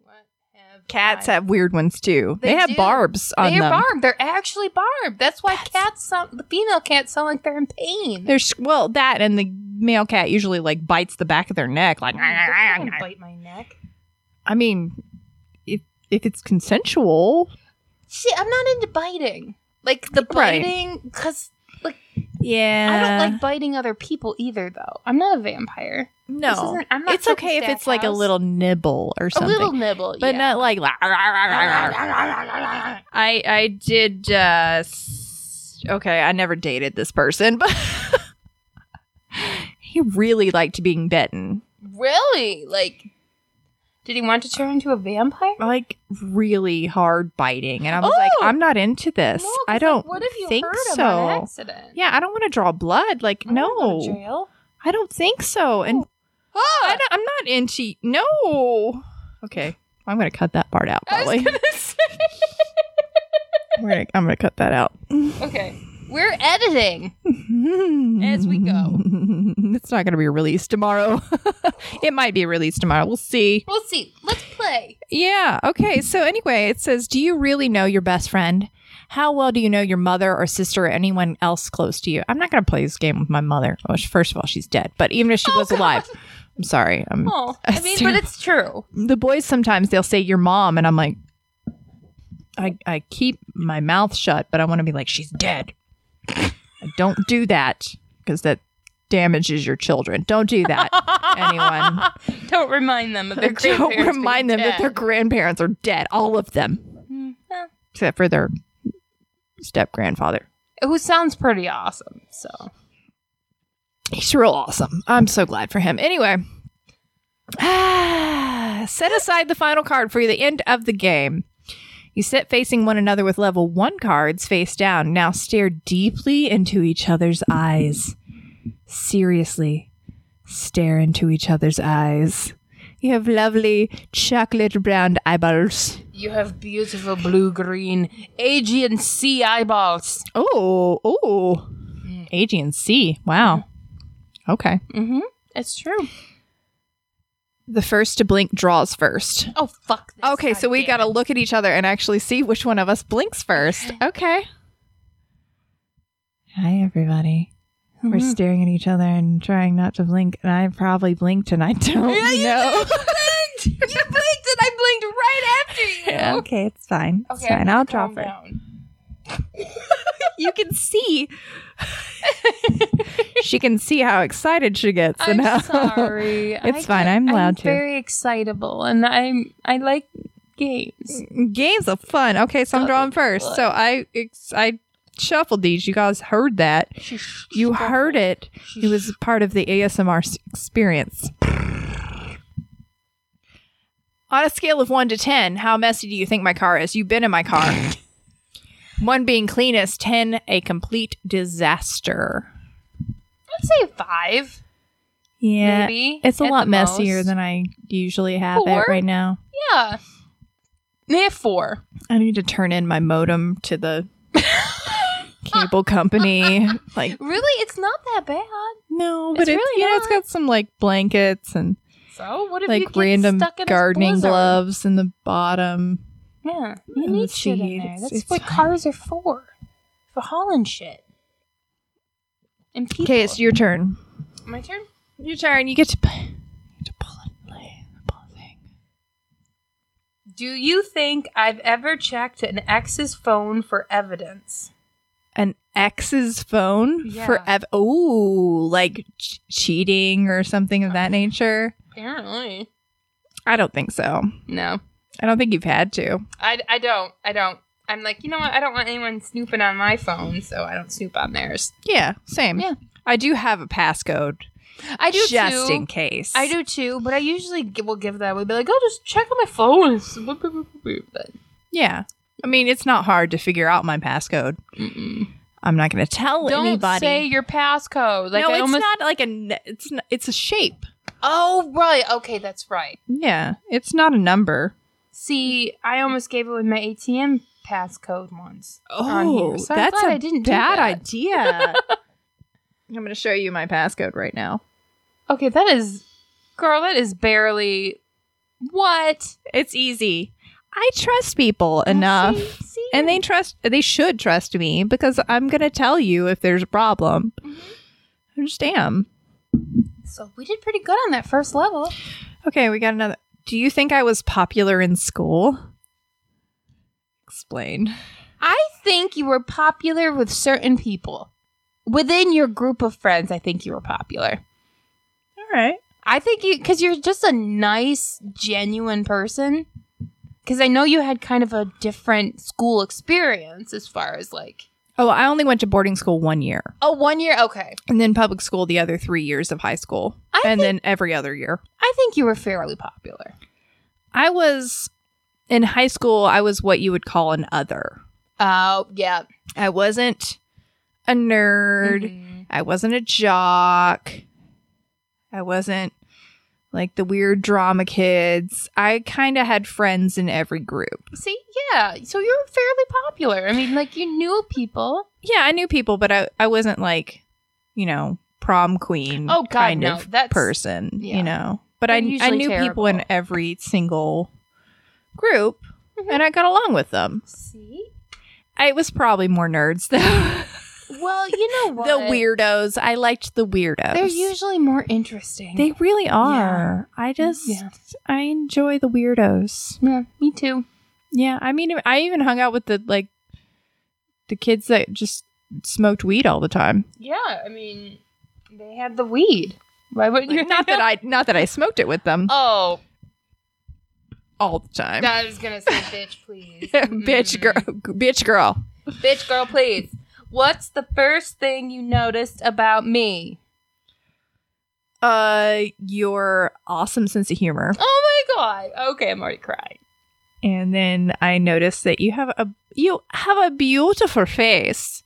What have
Cats
I-
have weird ones too. They,
They
have
do.
barbs on
They're
them.
barbed. They're actually barbed. That's why cats sound. The female cats sound like they're in pain.
They're s- well, that and the male cat usually like Oh, bites the back of their neck. Like,
Don't fucking bite my neck.
I mean, if if it's consensual.
See, I'm not into biting. Like the
Right. Uh.
biting, because
Yeah.
I don't like biting other people either. Though I'm not a vampire.
no.
This isn't- I'm not
it's okay if
Frankenstein
it's like a
house.
little nibble or
a
something.
little nibble,
but
yeah.
not like I I did uh s- okay, I never dated this person, but he really liked being bitten.
really like. Did he want to turn into a vampire?
Like really hard biting and I was
Oh!
like I'm not into this.
'cause,
I
like,
don't
what if you
think
hurt him on
so.
accident?
Yeah, I don't want to draw blood. Like
I don't wanna go to
no.
jail.
I don't think so. And
Ah!
I don't- I'm not into no. Okay. I'm going to cut that part out
I was
probably.
gonna say-
We're gonna, I'm going to cut that out.
okay, we're editing.
As
we go.
It's not going to be released tomorrow. it might be released tomorrow. We'll see.
We'll see. Let's play.
Yeah. Okay. So, anyway, it says Do you really know your best friend? How well do you know your mother or sister or anyone else close to you? I'm not going to play this game with my mother. Oh, she- First of all, she's dead. But even if she was alive, I'm sorry. I'm,
Oh, I mean, but it's true.
The boys sometimes they'll say your mom, and I'm like, I, I keep my mouth shut, but I want to be like, she's dead. I don't do that because that damages your children. Don't do that. Anyone.
Don't remind them of their
don't
grandparents
remind them
being
that their
dead.
grandparents are dead, all of them,
Mm, eh.
except for their step grandfather.
Who sounds pretty awesome. So
He's real awesome. I'm so glad for him. Anyway, ah, set aside the final card for the end of the game. You sit facing one another with level one cards face down. Now stare deeply into each other's eyes. Seriously, stare into each other's eyes. You have lovely chocolate brown eyeballs.
you have beautiful blue green Aegean sea eyeballs.
Oh, oh. Aegean Sea. Wow. Okay.
Mm-hmm. It's true.
The first to blink draws first.
Oh fuck. This
Okay, so we got to look at each other and actually see which one of us blinks first. Okay. Hi, everybody. We're
Mm-hmm.
staring at each other and trying not to blink, and I probably blinked and I don't know.
you blinked and I blinked right after you.
okay, it's fine. It's
I'm
fine.
gonna
I'll drop
calm
her.
down.
You can see. she can see how excited she gets and how
I'm sorry.
It's fine, I'm allowed to.
Very excitable, and I'm I like games.
games are fun. Okay,
Uh,
so I'm drawing first. So I ex- I shuffled these. You guys heard that. You heard it. It was part of the ASMR s- experience. On a scale of 1 to 10, how messy do you think my car is? You've been in my car. 1 being cleanest, 10 a complete disaster.
I'd say five.
Yeah.
maybe
It's a
at
lot
the
messier
most.
than I usually have
Four?
it right now.
yeah. Yeah, four.
I need to turn in my modem to the cable company. Like,
Really, it's not that bad.
no,
It's
but it's,
really
you know, it's
not.
got some like blankets and
So what if you
like
get
random
stuck in a
gardening
blizzard?
gloves in the bottom.
Yeah,
Yeah,
you need
let's
shit
see,
in there.
it's-
That's
it's
what
fine.
cars are for, for hauling shit. And people.
Okay, it's your turn.
my turn.
Your turn. You get to, p- you get to pull it. lay- pull the thing.
Do you think I've ever checked an ex's phone for evidence?
An ex's phone
Yeah.
forever. Ooh, like ch- cheating or something of that nature.
Apparently,
I don't think so.
no.
I don't think you've had to.
I, I don't. I don't. I'm like, you know what? I don't want anyone snooping on my phone, so I don't snoop on theirs.
Yeah, same.
Yeah.
I do have a passcode.
I do
just
too.
in case.
I do too, but I usually g- will give that. We'll be like, oh, just check on my phone. It's boop, boop, boop, boop, boop. But
Yeah. I mean, it's not hard to figure out my passcode.
mm-mm.
I'm not going to tell
don't
anybody.
say your passcode. Like,
no,
I
it's
almost-
not like a. n- It's n it's a shape.
Oh, right. Okay, that's right.
Yeah, it's not a number.
See, I almost gave it with my ATM passcode once. on here.
Oh,
So I'm
that's
glad
a
I didn't do
bad
that.
idea. I'm going to show you my passcode right now.
Okay, that is, girl, that is barely. What
It's easy. I trust people enough,
See, see?
and they trust. They should trust me because I'm going to tell you if there's a problem. I just am.
So we did pretty good on that first level.
Okay, we got another. Do you think I was popular in school? Explain.
I think you were popular with certain people. Within your group of friends, I think you were popular.
All right.
I think you, because you're just a nice, genuine person. Because I know you had kind of a different school experience as far as like,
Oh, I only went to boarding school one year,
oh, one year, okay.
and then public school the other three years of high school,
I
and
think-
then every other year.
I think you were fairly popular.
I was in high school. I was what you would call an other.
Oh, yeah.
I wasn't a nerd.
Mhm.
I wasn't a jock. I wasn't like the weird drama kids. I kind of had friends in every group.
See, yeah. So you were fairly popular. I mean, like, you knew people.
Yeah, I knew people, but I, I wasn't like, you know, prom queen
Oh, God,
kind
no.
of
That's-
person,
yeah.
you know. But
They're
I, I
usually
knew people in
terrible.
every single group
Mhm.
and I got along with them.
See?
I, it was probably more nerds, though.
Well, you know what?
the weirdos. I liked the weirdos.
They're usually more interesting.
They really are. I just
Yeah.
I enjoy the weirdos.
yeah, me too.
Yeah, I mean I even hung out with the like the kids that just smoked weed all the time.
Yeah, I mean, they had the weed. Why wouldn't you?
Like, not that I not that I smoked it with them
Oh,
all the time.
I was gonna say, bitch, please. Mm-hmm.
bitch girl,
Mm.
bitch girl.
bitch, girl, please. What's the first thing you noticed about me?
Uh your awesome sense of humor.
Oh my god. Okay, I'm already crying.
And then I noticed that you have a you have a beautiful face.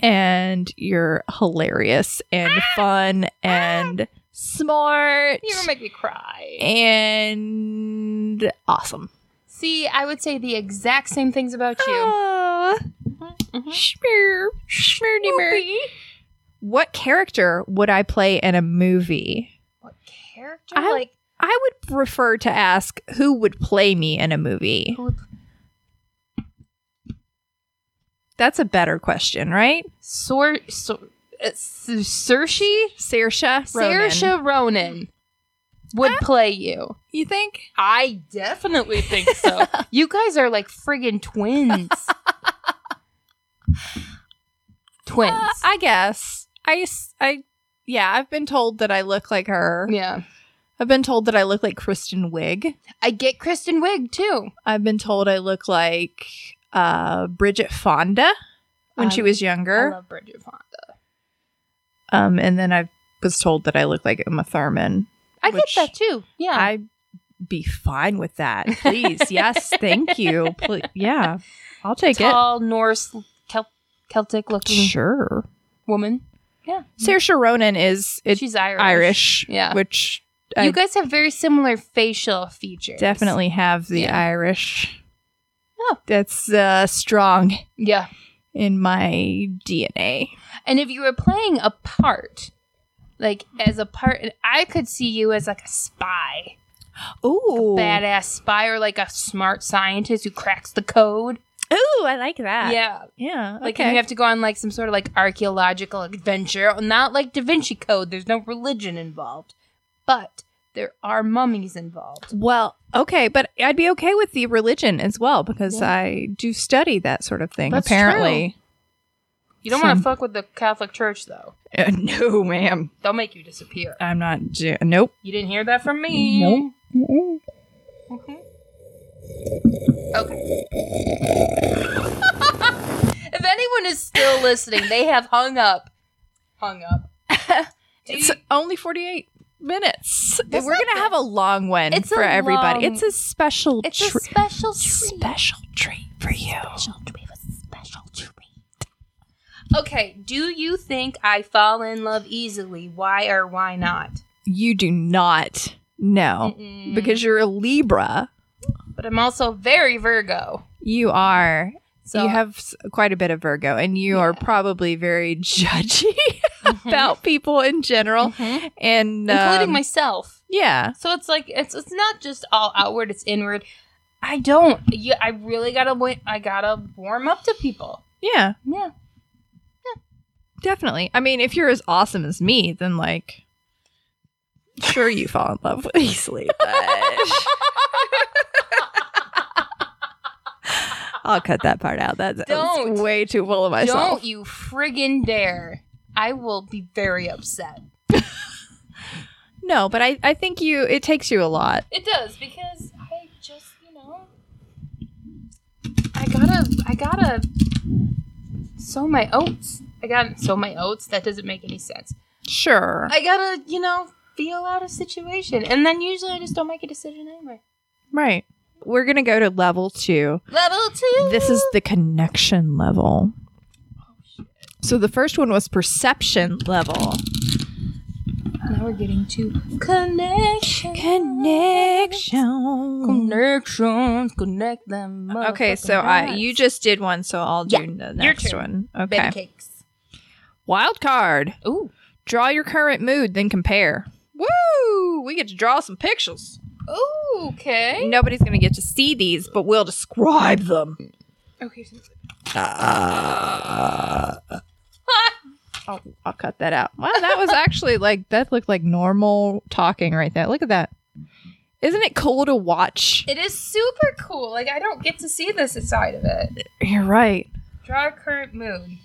And you're hilarious and fun and smart
You ever make me
Eh.
cry?
and awesome.
See, I would say the exact same things about you.
Aw.
Mhm.
Schmear. Schmeardy mer. What character would I play in a movie?
What character?
I-
like
I would prefer to ask who would play me in a movie.
who would-
That's a better question, right?
Sor, Sor, uh, S- Saoirse?
Saoirse. Ronan.
Saoirse Ronan would play you.
You think?
Ah. I definitely think so. you guys are like friggin' twins. twins.
Uh, I guess. I, s- I- yeah, I've been told that I look like her.
yeah.
I've been told that I look like Kristen Wiig.
I get Kristen Wiig too.
I've been told I look like uh, Bridget Fonda when
I-
she was
I
younger.
love Bridget Fonda.
Um, and then I was told that I look like Emma Thurman.
I get
Which
that too. Yeah.
I'd be fine with that, please. yes, thank you. Please. Yeah, I'll take
Tall Norse Kel- Celtic
it.
looking
Sure.
woman. Yeah.
Saoirse Ronan is it's
She's Irish.
Irish,
Yeah.
which I-
You guys have very similar facial features.
definitely have the
Yeah.
Irish.
Oh.
That's uh, strong
Yeah.
in my DNA.
And if you were playing a part, like as a part, I could see you as like a spy,
Ooh,
badass spy, or like a smart scientist who cracks the code.
Ooh, I like that.
yeah,
yeah.
like
okay.
you have to go on like some sort of like archaeological adventure, not like Da Vinci Code. There's no religion involved, but there are mummies involved.
well, okay, but I'd be okay with the religion as well because
Yeah.
I do study that sort of thing.
That's
apparently,
You don't want
Some-
to fuck with the Catholic Church though.
Uh, no, ma'am,
They'll make you disappear.
I'm not. do- nope.
You didn't hear that from me.
Nope.
Mhm. Mm-hmm. Okay. if anyone is still listening, they have hung up. Hung up. Do
It's
you-
only 48 minutes.
That's
We're
not
gonna have a long one
It's
for
a
everybody.
long-
it's a special
it's a
treat.
special treat.
special treat for you.
Special treat. A special treat. Okay. Do you think I fall in love easily? Why or why not?
You do not know
Mm-mm.
because you're a Libra.
but I'm also very Virgo.
You are.
So
you have s- quite a bit of Virgo, and you are probably very judgy about people in general,
Mhm.
and
Mm-hmm. including
Mm-hmm. um,
myself.
Yeah,
So it's like it's it's not just all outward; it's inward. I don't. Yeah, I really gotta wait. I gotta warm up to people.
yeah,
Yeah,
definitely. I mean, if you're as awesome as me, then like, sure, you fall in love easily, but I'll cut that part out. That's,
Don't.
way too full of myself.
Don't you friggin' dare. I will be very upset.
No, but I, I think you. It takes you a lot.
It does because I just, you know, I gotta, I gotta sow my oats. I gotta sow my oats. That doesn't make any sense.
Sure.
I gotta, you know, feel out a situation, and then usually I just don't make a decision anyway.
Right. We're gonna go to level two.
Level two.
This is the connection level. So the first one was perception level.
now we're getting to connection.
Connection.
Connections, connect them.
Okay, so I you just did one, so I'll do
Yeah,
the next one.
baby
Okay.
cakes.
Wild card.
Ooh,
Draw your current mood, then compare. Woo! We get to draw some pictures.
ooh, okay.
Nobody's gonna get to see these, but we'll describe them.
Okay, so
I'll, I'll cut that out. Wow, that was actually like that looked like normal talking right there. Look at that. Isn't it cool to watch?
It is super cool. Like I don't get to see this side of it.
You're right.
Draw a current mood.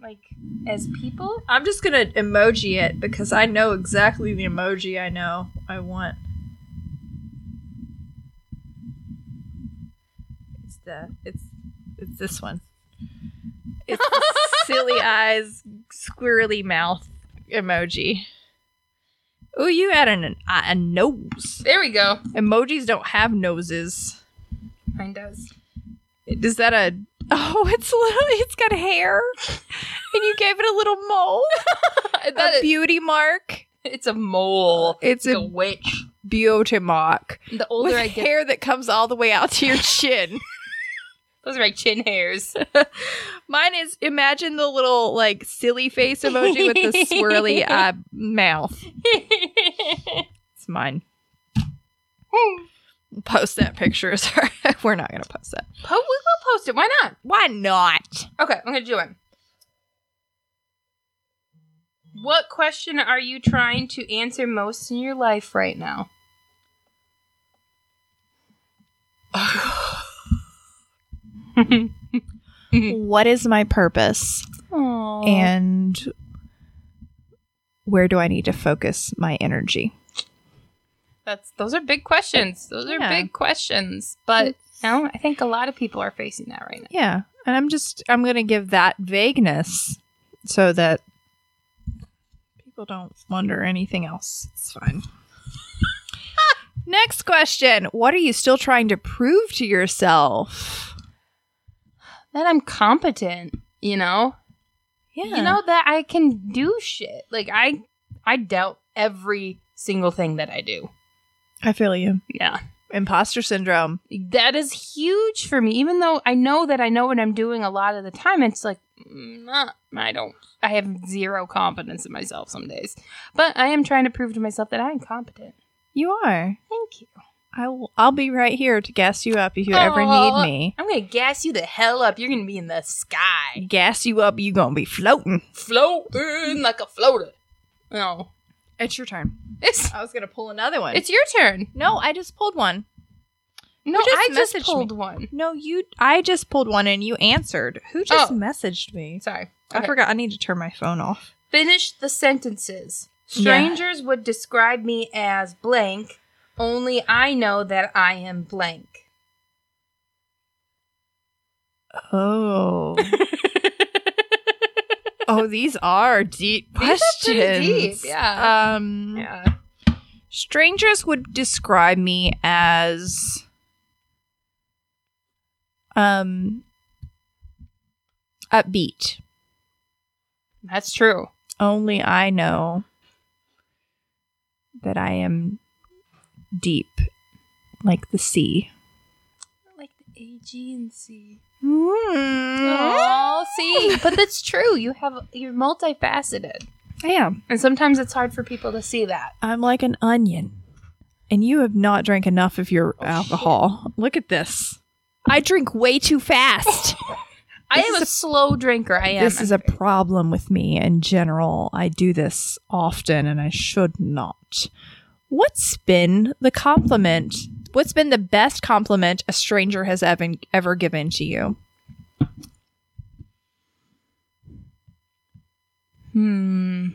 Like as people,
I'm just gonna emoji it because I know exactly the emoji I know I want. It's the it's it's this one. It's the silly eyes, squirrely mouth emoji. Oh, you had an, an eye- a nose.
there we go.
Emojis don't have noses.
Mine does.
Is that a? Oh, it's little. It's got hair, and you gave it a little mole,
That
a
is-
beauty mark.
it's a mole.
It's
It's
a
a witch.
beauty mark
The
with
older I get,
hair that comes all the way out to your chin.
those are my chin hairs.
Mine is imagine the little like silly face emoji with the swirly uh, mouth. It's mine. Post that picture. Sorry, we're not gonna post that.
Po- we will post it. Why not?
Why not?
Okay, I'm gonna do one. What question are you trying to answer most in your life right now?
What is my purpose?
Oh.
And where do I need to focus my energy?
That's those are big questions. Those are
Yeah.
big questions. But no, I think a lot of people are facing that right now.
Yeah.
And I'm just I'm gonna give that vagueness so that people don't wonder anything else. It's fine. Next question. What are you still trying to prove to yourself?
That I'm competent, you know?
Yeah.
You know that I can do shit. Like I I doubt every single thing that I do.
I feel you.
Yeah.
Imposter syndrome.
That is huge for me. Even though I know that I know what I'm doing a lot of the time, it's like mm, nah, I don't I have zero confidence in myself some days. But I am trying to prove to myself that I am competent.
You are.
Thank you.
I will, I'll be right here to gas you up if you ever
Aw.
need me.
I'm gonna gas you the hell up. You're gonna be in the sky,
Gas you up, you gonna be floating.
floating like a floater. No,
It's your turn.
it's
I was gonna pull another one.
it's your turn.
no, I just pulled one.
No,
just
I just
messaged me?
pulled one.
No, you. I just pulled one and you answered. Who just
Oh.
messaged me?
Sorry,
I
Okay.
forgot. I need to turn my phone off.
Finish the sentences.
Yeah.
Strangers would describe me as blank. Only I know that I am blank.
Oh. oh, these are deep
These are
questions.
pretty deep, yeah.
Um.
Yeah.
Strangers would describe me as um upbeat.
That's true.
Only I know that I am deep like the sea.
Like the A, G, and C.
Mm.
Oh, see, but that's true. You have you're multifaceted,
I am.
and sometimes it's hard for people to see that.
I'm like an onion. And you have not drank enough of your alcohol. Look at this. I drink way too fast.
I
This
am
is
a,
a-
slow drinker. I am.
this is a problem with me in general. I do this often and I should not. What's been the compliment What's been the best compliment a stranger has ever ever given to you?
Hmm.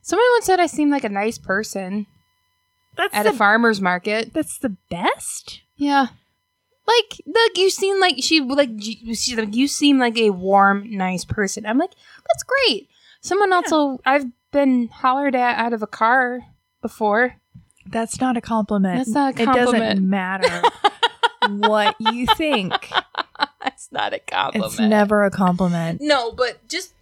Someone once said I seem like a nice person
That's
at a farmer's market.
that's the best.
Yeah. Like, look, you seem like she like you- she's like you seem like a warm, nice person. I'm like, that's great. Someone else will. I've been hollered at out of a car before.
That's not a compliment.
That's not a
It
compliment.
doesn't matter what you think.
That's not a compliment.
It's never a compliment.
No, but just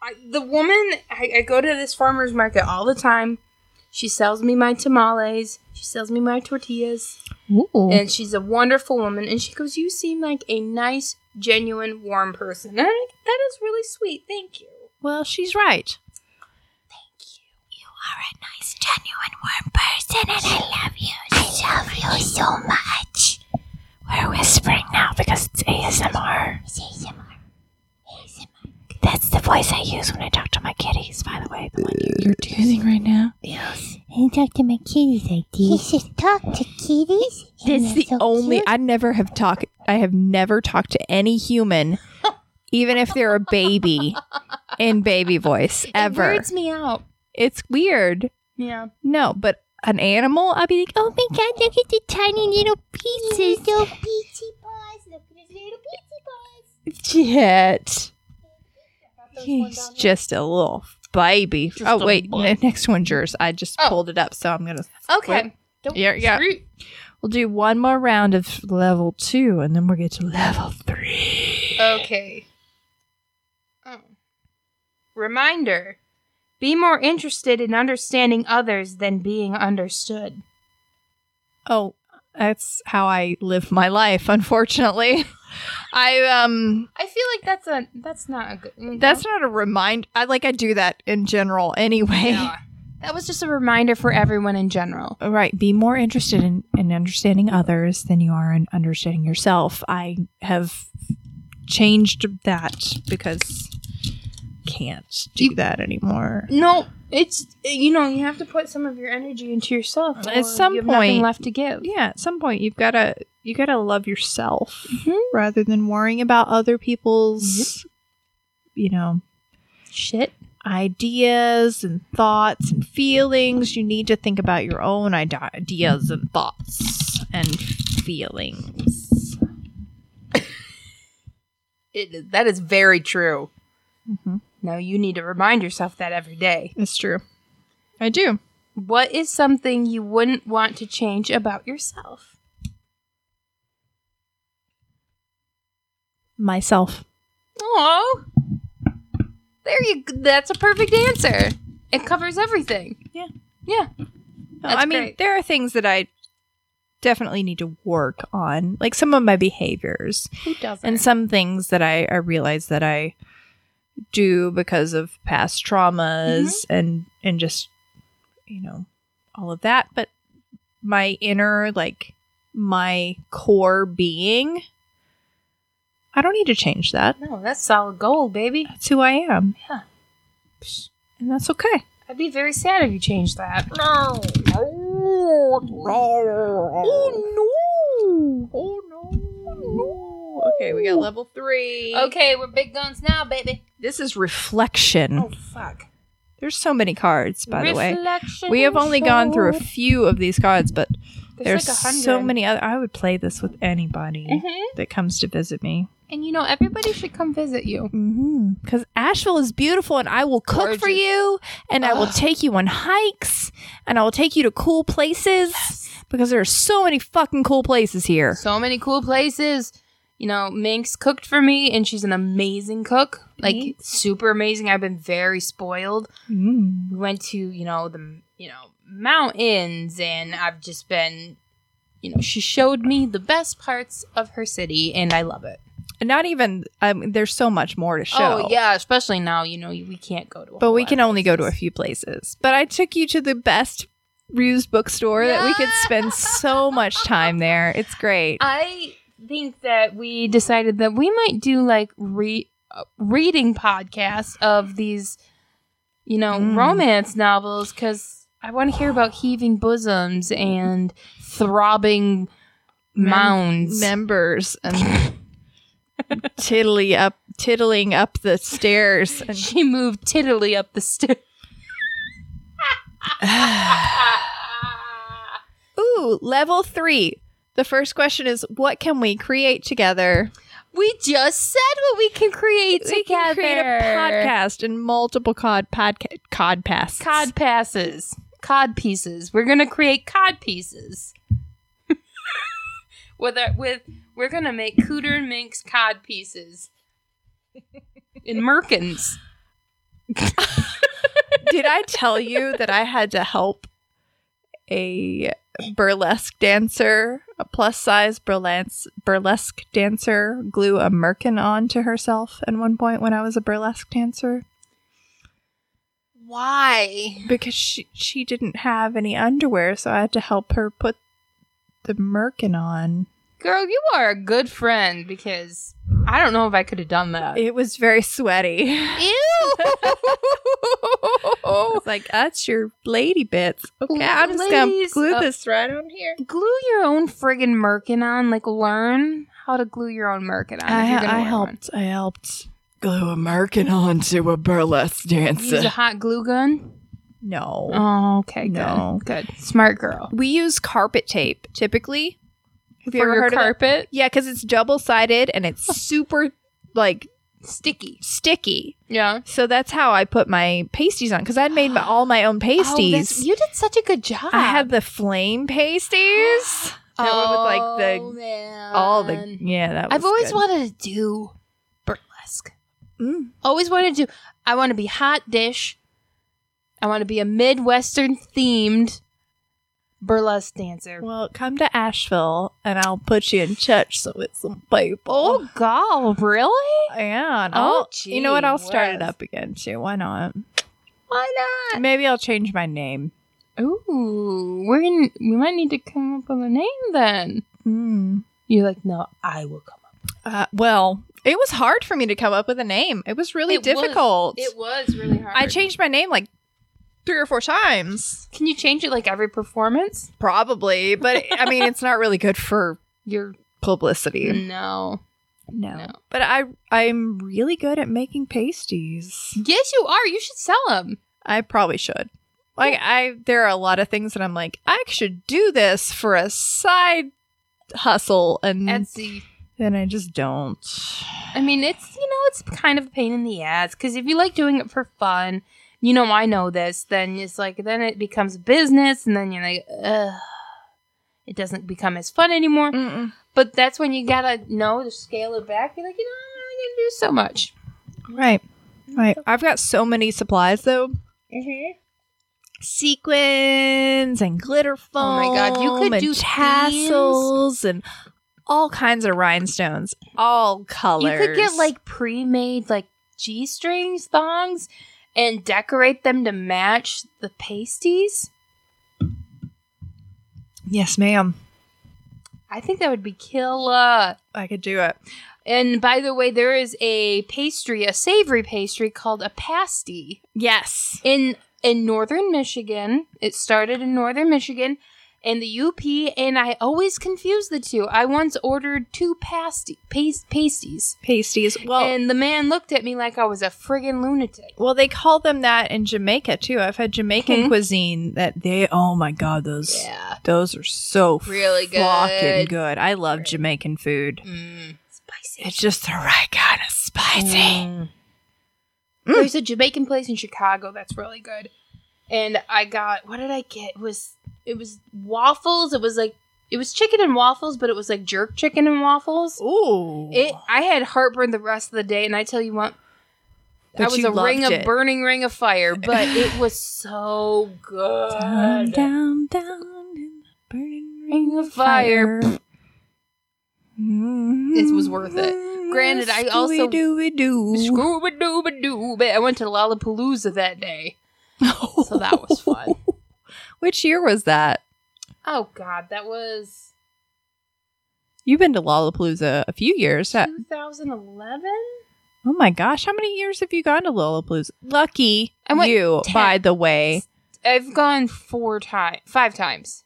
I, the woman. I, I go to this farmer's market all the time. She sells me my tamales. She sells me my tortillas,
Ooh.
and she's a wonderful woman. And she goes, "You seem like a nice, genuine, warm person." And I'm like, that is really sweet. Thank you.
Well, she's right.
He talked to my kitties like this. He should talk to kitties. And
That's
they're
the
so
only.
cute.
I never have talked. I have never talked to any human, even if they're a baby, in baby voice ever.
weirds me out.
it's weird.
Yeah.
No, but an animal, I'd be like, oh my god,
God, look at the tiny little pizzas. Little pizzy paws. Look at his little pizzy paws.
shit. He's just a little baby. oh wait, n- next one's yours. I just
Oh.
pulled it up, so I'm gonna.
Okay.
Wait.
Don't
Yeah, yeah.
screw-
We'll do one more round of level two, and then we'll get to level three.
Okay. Oh. Reminder Be more interested in understanding others than being understood.
Oh, that's how I live my life. Unfortunately, I um.
I feel like that's a that's not a good you know?
That's not a remind. I like I do that in general anyway.
Yeah. That was just a reminder for everyone in general.
All Right. Be more interested in, in understanding others than you are in understanding yourself. I have changed that because can't do that anymore.
No, it's you know, you have to put some of your energy into yourself.
At
or
some
you have nothing
point-
left to give.
Yeah, at some point you've gotta you gotta love yourself
Mhm.
rather than worrying about other people's you know,
Shit.
ideas and thoughts and feelings. You need to think about your own ide- ideas and thoughts and feelings.
It, that is very true.
Mm-hmm.
Now you need to remind yourself that every day.
It's true. I do.
What is something you wouldn't want to change about yourself?
Myself.
Oh, there you. That's a perfect answer. It covers everything.
Yeah.
Yeah. That's
I mean,
great.
there are things that I definitely need to work on, like some of my behaviors
Who doesn't?
and some things that I, I realize that I do because of past traumas and and just you know all of that. But my inner like my core being, I don't need to change that.
no, that's solid gold, baby.
That's who I am.
Yeah.
And that's okay.
I'd be very sad if you changed that.
No. No.
no! Oh no! Okay, we got level three.
Okay, we're big guns now, baby.
This is reflection.
Oh fuck.
There's so many cards, by the way.
Reflection
We have only gone through a
showed-
few of these cards, but there's,
like a hundred.
so many other. I would play this with anybody
Mhm.
that comes to visit me.
And you know, everybody should come visit you.
Because Mm-hmm. Asheville is beautiful, and I will cook for
Gorgeous.
you, and I will
Ugh.
take you on hikes, and I will take you to cool places because there are so many fucking cool places here.
So many cool places. You know, Minx cooked for me, and she's an amazing cook. Like
Minx?
super amazing. I've been very spoiled.
Mm.
we went to you know the you know mountains and i've just been you know she showed me the best parts of her city and i love it
And Not even. Um, there's so much more to show.
oh yeah especially now you know we can't go to a
But
whole
we
lot
can
of
only go to a
places.
few places. But I took you to the best used bookstore that we could spend so much time there. It's great.
i think that we decided that we might do like re- uh, reading podcasts of these you know
Mm.
romance novels because I want to hear about heaving bosoms and throbbing
Mem-
mounds.
members and tiddly up tiddling up the stairs and
she moved tittily up the stairs.
ooh level 3 the first question is what can we create together
We just said what we can create
we can
together.
create a podcast and multiple cod podca- cod pasts
Cod passes. Cod pieces. We're gonna create cod pieces. with our, with we're gonna make cooter and minx cod pieces. In merkins.
did I tell you that I had to help a burlesque dancer, a plus size burlesque burlesque dancer, glue a merkin on to herself at one point when I was a burlesque dancer
Why?
because she she didn't have any underwear, so I had to help her put the merkin on.
Girl, you are a good friend because I don't know if I could have done that.
It was very sweaty.
Ew!
I was like that's your lady bits. Okay, I'm just gonna
Ladies
glue
up-
this right on here.
Oh. glue your own friggin' merkin on. Like, learn how to glue your own merkin on. if you're gonna
I, I
wear one.
helped. I helped glue a merkin onto a burlesque
Use
dancer.
a hot glue gun.
no.
Oh, okay.
No.
Good. Good. Smart girl.
we use carpet tape typically. Have you
For
ever
your
heard of it?
carpet,
Yeah, because it's double sided and it's super like
sticky.
sticky.
Yeah.
So that's how I put my pasties on because I'd made my, all my own pasties.
Oh, you did such a good job.
I had the flame pasties. that were with, like, the-
Oh, man.
All the yeah, that was
Um, I've always
good.
wanted to do burlesque.
Mm.
Always wanted to. do- I want to be hot dish. I want to be a midwestern themed burlesque dancer.
Well, come to Asheville and I'll put you in touch so with some people.
Oh, God, really?
Yeah. and
Oh,
I'll- you know what? I'll start it
geez,
up again too. Why not?
Why not?
Maybe I'll change my name.
Ooh, we're in, we might need to come up with a name then. Hmm.
Mm.
You're like, no, I will come up.
Uh, well, it was hard for me to come up with a name. It was really
It was.
difficult.
was really hard.
I changed my name like three or four times,
Can you change it like every performance?
probably. But I mean, it's not really good for
You're
publicity.
no,
No.
Mm, No.
But I I'm really good at making pasties.
yes, you are. You should sell them.
I probably should. Like I there are a lot of things that I'm like, I should do this for a side hustle and
Etsy.
then I just don't.
I mean, it's you know, it's kind of a pain in the ass because if you like doing it for fun, you know, I know this. Then it's like then it becomes business, and then you're like, ugh, it doesn't become as fun anymore.
Mm-mm.
But that's when you gotta know to scale it back. You're like, you know, I'm gonna do so much.
Right. Right. I've got so many supplies though.
Mm-hmm.
Sequins and glitter foam.
Oh my God, you could
and
do
tassels and all kinds of rhinestones, all colors.
You could get like pre-made like g-strings thongs and decorate them to match the pasties.
yes, ma'am.
I think that would be killer.
I could do it.
And by the way, there is a pastry, a savory pastry called a pasty
Yes.
in in northern Michigan. It started in northern Michigan in the UP, and I always confuse the two. I once ordered two pasty pas- pasties,
Pasties. Well,
and the man looked at me like I was a friggin' lunatic.
Well, they call them that in Jamaica too. I've had Jamaican
Mhm.
cuisine that they. Oh my god, those
Yeah.
those are so
Really
fucking
good.
good. I love Jamaican food.
Mm, spicy.
It's just the right kind of spicy. Mm.
There's a Jamaican place in Chicago that's really good. And I got what did I get? It was it was waffles. It was like it was chicken and waffles, but it was like jerk chicken and waffles.
Ooh,
It I had heartburn the rest of the day, and I tell you what,
But
I was
you
a ring
loved
of
it.
burning ring of fire, but it was so
down,
good.
down, down in the burning ring
Ring
of
of fire.
fire. Mm-hmm. It
It was worth it. Granted, I also-
do we do.
Scooby dooby dooby. I went to Lollapalooza that day, so that was fun.
Which year was that?
Oh God, that was
You've been to Lollapalooza a few years. ha-
2011.
Oh my gosh, how many years have you gone to Lollapalooza? Lucky
I went
you,
ten.
by the way.
I've gone four times, five times.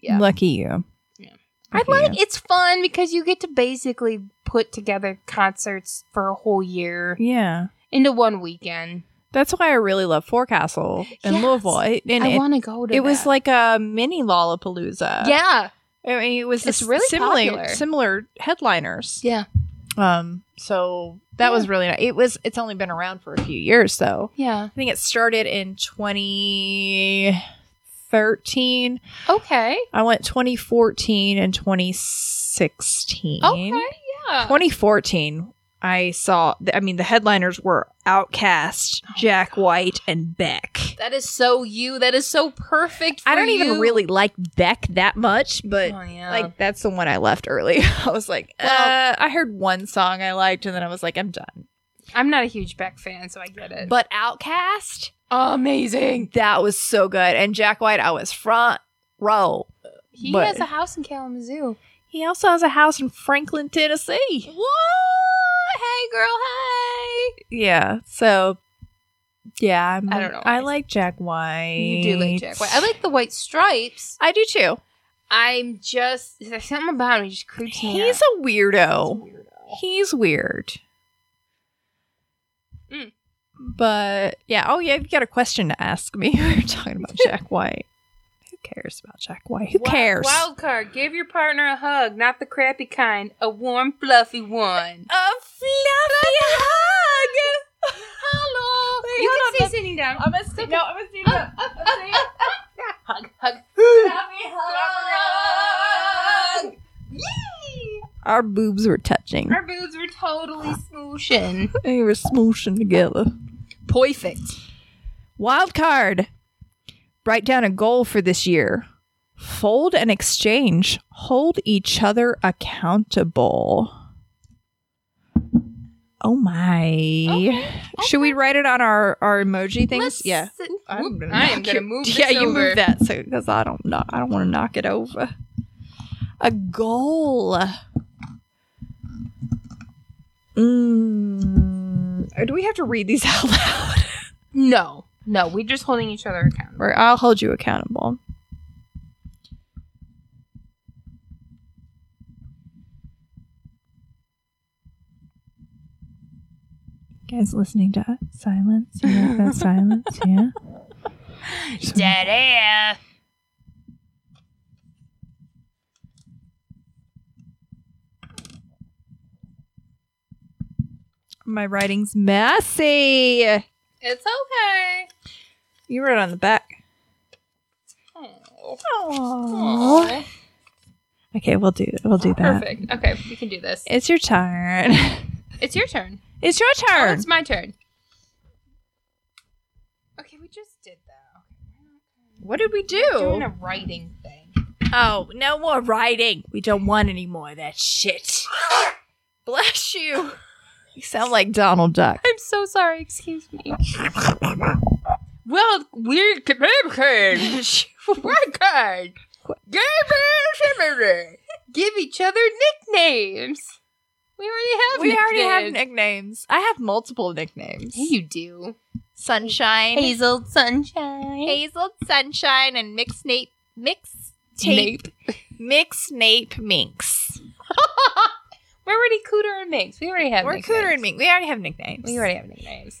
Yeah.
Lucky you.
Yeah. I
Lucky
like
you.
it's fun because you get to basically put together concerts for a whole year
Yeah.
into one weekend.
That's why I really love Forecastle in
Yes.
Louisville. It, and
I
it,
want to go to.
it was
that.
like uh, a mini Lollapalooza.
yeah,
I mean, it was
It's
this
really
similar
popular.
similar headliners.
yeah,
Um, so that was really nice. It was. It's only been around for a few years though.
yeah.
I think it started in 2013.
Okay,
I went 2014 and 2016.
okay, yeah.
2014. I saw. I mean, the headliners were
Oh
Outcast, Jack White, and Beck.
that is so you. That is so perfect. For
I don't even
you.
really like Beck that much, but
Oh, yeah.
like that's the one I left early. I was like,
Well-
uh, I heard one song I liked, and then I was like, I'm done.
I'm not a huge Beck fan, so I get it.
But Outcast,
amazing.
that was so good, and Jack White, I was front row.
He
But-
has a house in Kalamazoo.
He also has a house in Franklin, Tennessee.
Whoa! Hey, girl. Hey.
Yeah, so yeah, I'm,
I don't know.
I like Jack White.
You do like Jack White. I like the White Stripes.
I do too.
I'm just there's something about him. He just creeps me
He's
out.
a weirdo.
He's a weirdo.
He's weird.
Mm.
But yeah, oh yeah, you've got a question to ask me. We were talking about Jack White. Who cares about Jack White? Who
Wi-
cares?
Wild card. Give your partner a hug, not the crappy kind. A warm, fluffy one.
a fluffy hug. Hello.
you can stay sitting down.
I'm gonna stand up. I'm gonna stand up.
hug, hug.
hug.
Our boobs were touching.
Our boobs were totally smooshing.
They were smooshing together.
Perfect.
Wild card. Write down a goal for this year. Fold and exchange. Hold each other accountable. Oh my. Should we write it on our, our emoji things?
Let's
yeah.
sit-
I'm
Oop,
gonna
I am
knock
gonna
you-
move.
yeah,
this
you
over.
move that so because I don't know. I don't want to knock it over. A goal. Mm. Or Do we have to read these out loud?
No, no, we're just holding each other accountable.
Or I'll hold you accountable. You guys listening to silence? You like that silence? Yeah.
Dead air.
My writing's messy.
It's okay.
You wrote on the back.
Oh, Aw.
Okay, we'll do we'll do that.
Perfect. Okay, we can do this.
It's your turn.
It's your turn.
It's your
Oh,
turn.
it's my turn. Okay, we just did that.
what did we
Okay, we're not doing a writing thing.
Oh, no more writing. We don't want any more of that shit. Bless you. You sound like Donald Duck.
I'm so sorry. Excuse me. well, we're communicating. Record. Give Give each other nicknames. We already have.
We already have
nicknames.
nicknames. I have multiple nicknames.
Hey, you do.
Sunshine,
Hazel Sunshine.
Hazel, Sunshine, and Mix Nape, Mix Tape, Mix Nape Minx.
We're already Cooter and Minx. We already have
We're
nicknames.
Cooter and Minx. We already have nicknames.
We already have nicknames.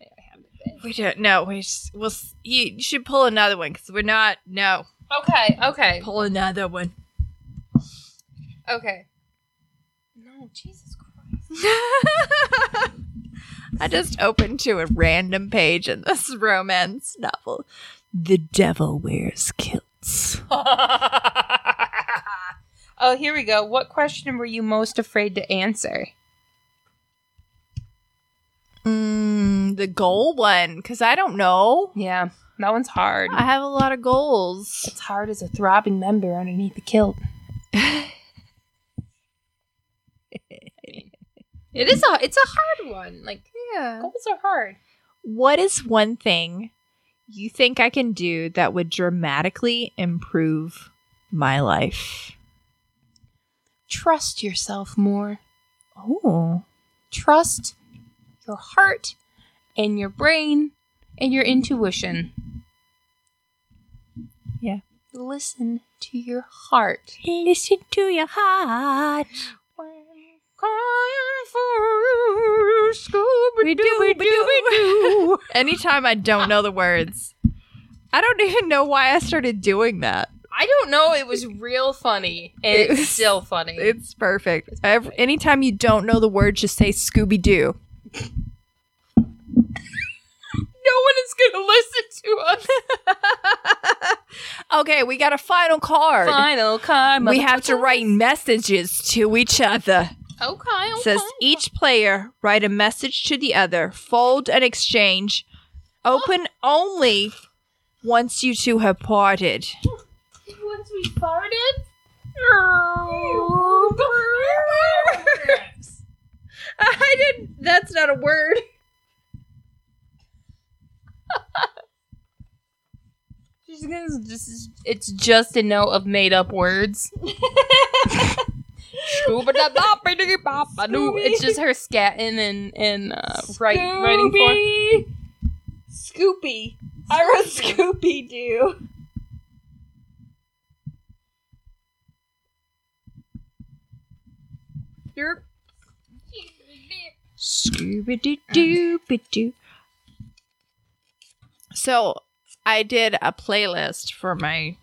We already have nicknames.
We don't. No, we just, we'll. s- You, you should pull another one because we're not. No,
Okay, okay,
pull another one.
okay. No, Jesus Christ.
I just opened to a random page in this romance novel. The devil wears kilts.
oh, here we go. What question were you most afraid to answer?
Mm, the goal one, because I don't know.
Yeah, that one's hard.
I have a lot of goals.
It's hard as a throbbing member underneath the kilt. it is a it's a hard one. Like
Yeah.
goals are hard.
What is one thing you think I can do that would dramatically improve my life?
Trust yourself more.
Oh,
trust your heart and your brain and your intuition.
Yeah.
Listen to your heart.
Listen to your heart.
Anytime I don't know the words, I don't even know why I started doing that.
I don't know. It was real funny, and
It
it's
was-
still funny.
It's perfect. Ev- anytime you don't know the words, just say Scooby Doo.
no one is gonna listen to us.
okay, we got a final card.
Final card.
We have to write messages to each other.
Okay.
It says each player write a message to the other, fold and exchange, open only once you two have parted.
Once we farted.
I didn't. That's not a word.
She's gonna just. It's just a note of made up words. it's just her scatting and and uh, write, writing for.
Scoopy. I wrote Scooby Doo. Scooby Doo Dooby Doo. So I did a playlist for my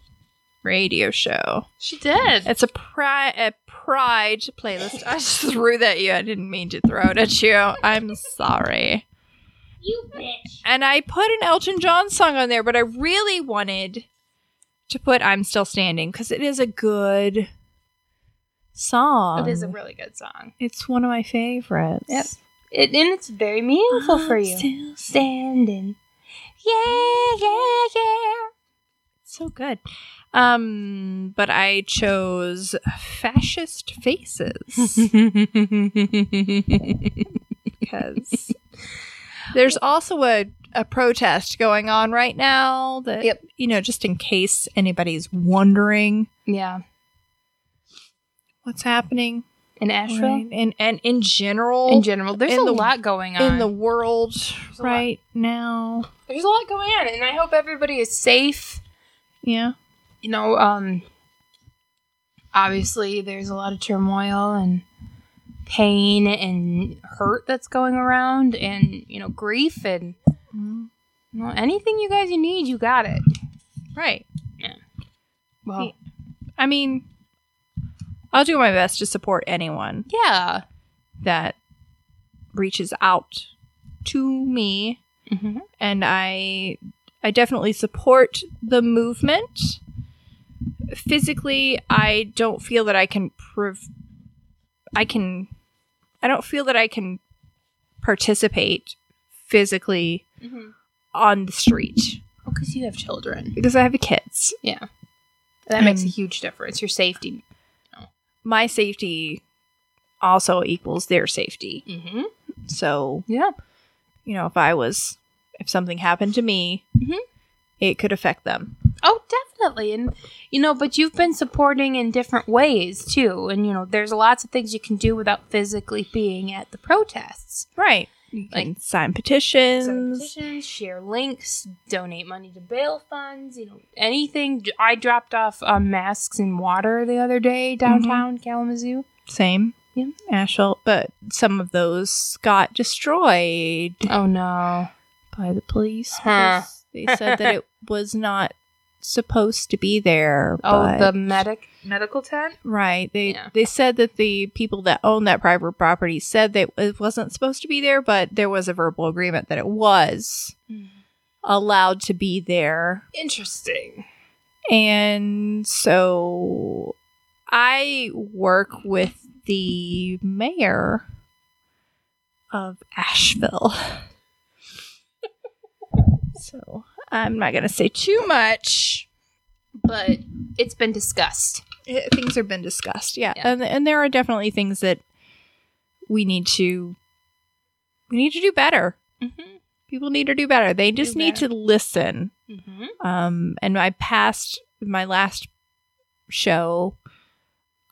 radio show.
She did.
It's a pride a pride playlist. I just threw that at you. I didn't mean to throw it at you. I'm sorry.
You bitch.
And I put an Elton John song on there, but I really wanted to put I'm Still Standing because it is a good song.
It is a really good song.
It's one of my favorites.
Yep. It and it's very meaningful for
I'm
you.
still
standing. Yeah, yeah, yeah.
So good. Um, but I chose Fascist Faces because there's also a, a protest going on right now that,
Yep.
you know, just in case anybody's wondering
yeah,
what's happening
in Asheville,
right? and, and in general,
in general, there's
in
a
the-
lot going on.
in the world
a lot.
right now.
there's a lot going on, and I hope everybody is safe.
Yeah.
You know, um, obviously there's a lot of turmoil and pain and hurt that's going around, and you know, grief and Mm-hmm. you know, anything you guys you need, you got it.
Right.
Well,
I mean, I'll do my best to support anyone
yeah.
that reaches out to me
hmm
and I I definitely support the movement. Physically, I don't feel that I can prove I can I don't feel that I can participate physically
Mhm.
on the street
because Oh, you have children. Mm.
because I have kids.
That makes a huge difference. Your safety.
My safety also equals their safety.
Mm-hmm.
So
Yeah.
you know, if I was, if something happened to me,
Mhm.
it could affect them.
Oh, definitely. And, you know, but you've been supporting in different ways, too. And, you know, there's lots of things you can do without physically being at the protests.
Right. You
Like-
can sign petitions.
Sign petitions, share links, donate money to bail funds, you know, anything. I dropped off uh, masks and water the other day downtown Kalamazoo.
Same.
Yeah.
Asheville, but some of those got destroyed
Oh, no.
by the police.
Huh.
because They said that it was not supposed to be there.
Oh,
but-
the medic medical tent?
right. They
Yeah.
they said that the people that own that private property said that it wasn't supposed to be there, but there was a verbal agreement that it was
Mm.
allowed to be there.
Interesting.
And so I work with the mayor of Asheville. so I'm not going to say too much.
But it's been discussed.
Eh, things have been discussed. Yeah.
Yeah.
And, and there are definitely things that we need to we need to do better.
Mm-hmm.
People need to do better. They just need
better.
to listen.
Mm-hmm.
Um, and my past, my last show,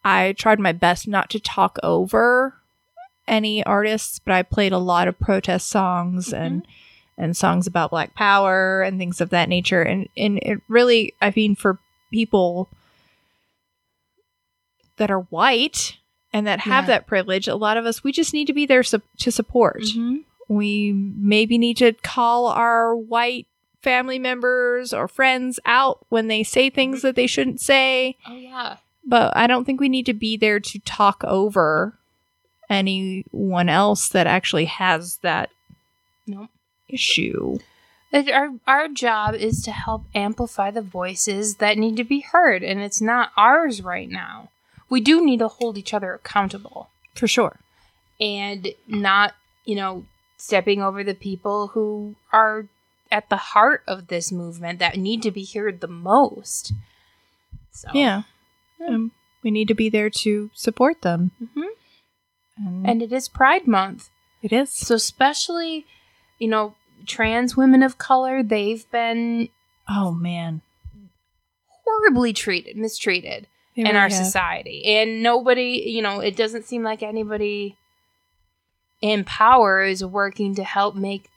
I tried my best not to talk
Mm-hmm.
over any artists, but I played a lot of protest songs and and songs about black power and things of that nature and and it really i mean for people that are white and that have
Yeah.
that privilege a lot of us we just need to be there sup to support
Mhm.
we maybe need to call our white family members or friends out when they say things that they shouldn't say
Oh yeah.
but I don't think we need to be there to talk over anyone else that actually has that
Nope.
issue.
Like, our our job is to help amplify the voices that need to be heard, and it's not ours right now. We do need to hold each other accountable
For sure.
and not, you know, stepping over the people who are at the heart of this movement that need to be heard the most. So
Yeah. Um, we need to be there to support them.
Mhm.
And,
And it is Pride Month.
it is.
So especially, you know, trans women of color, they've been
oh, man.
horribly treated, mistreated
They
in
really
our
have.
society. And nobody, you know, it doesn't seem like anybody in power is working to help make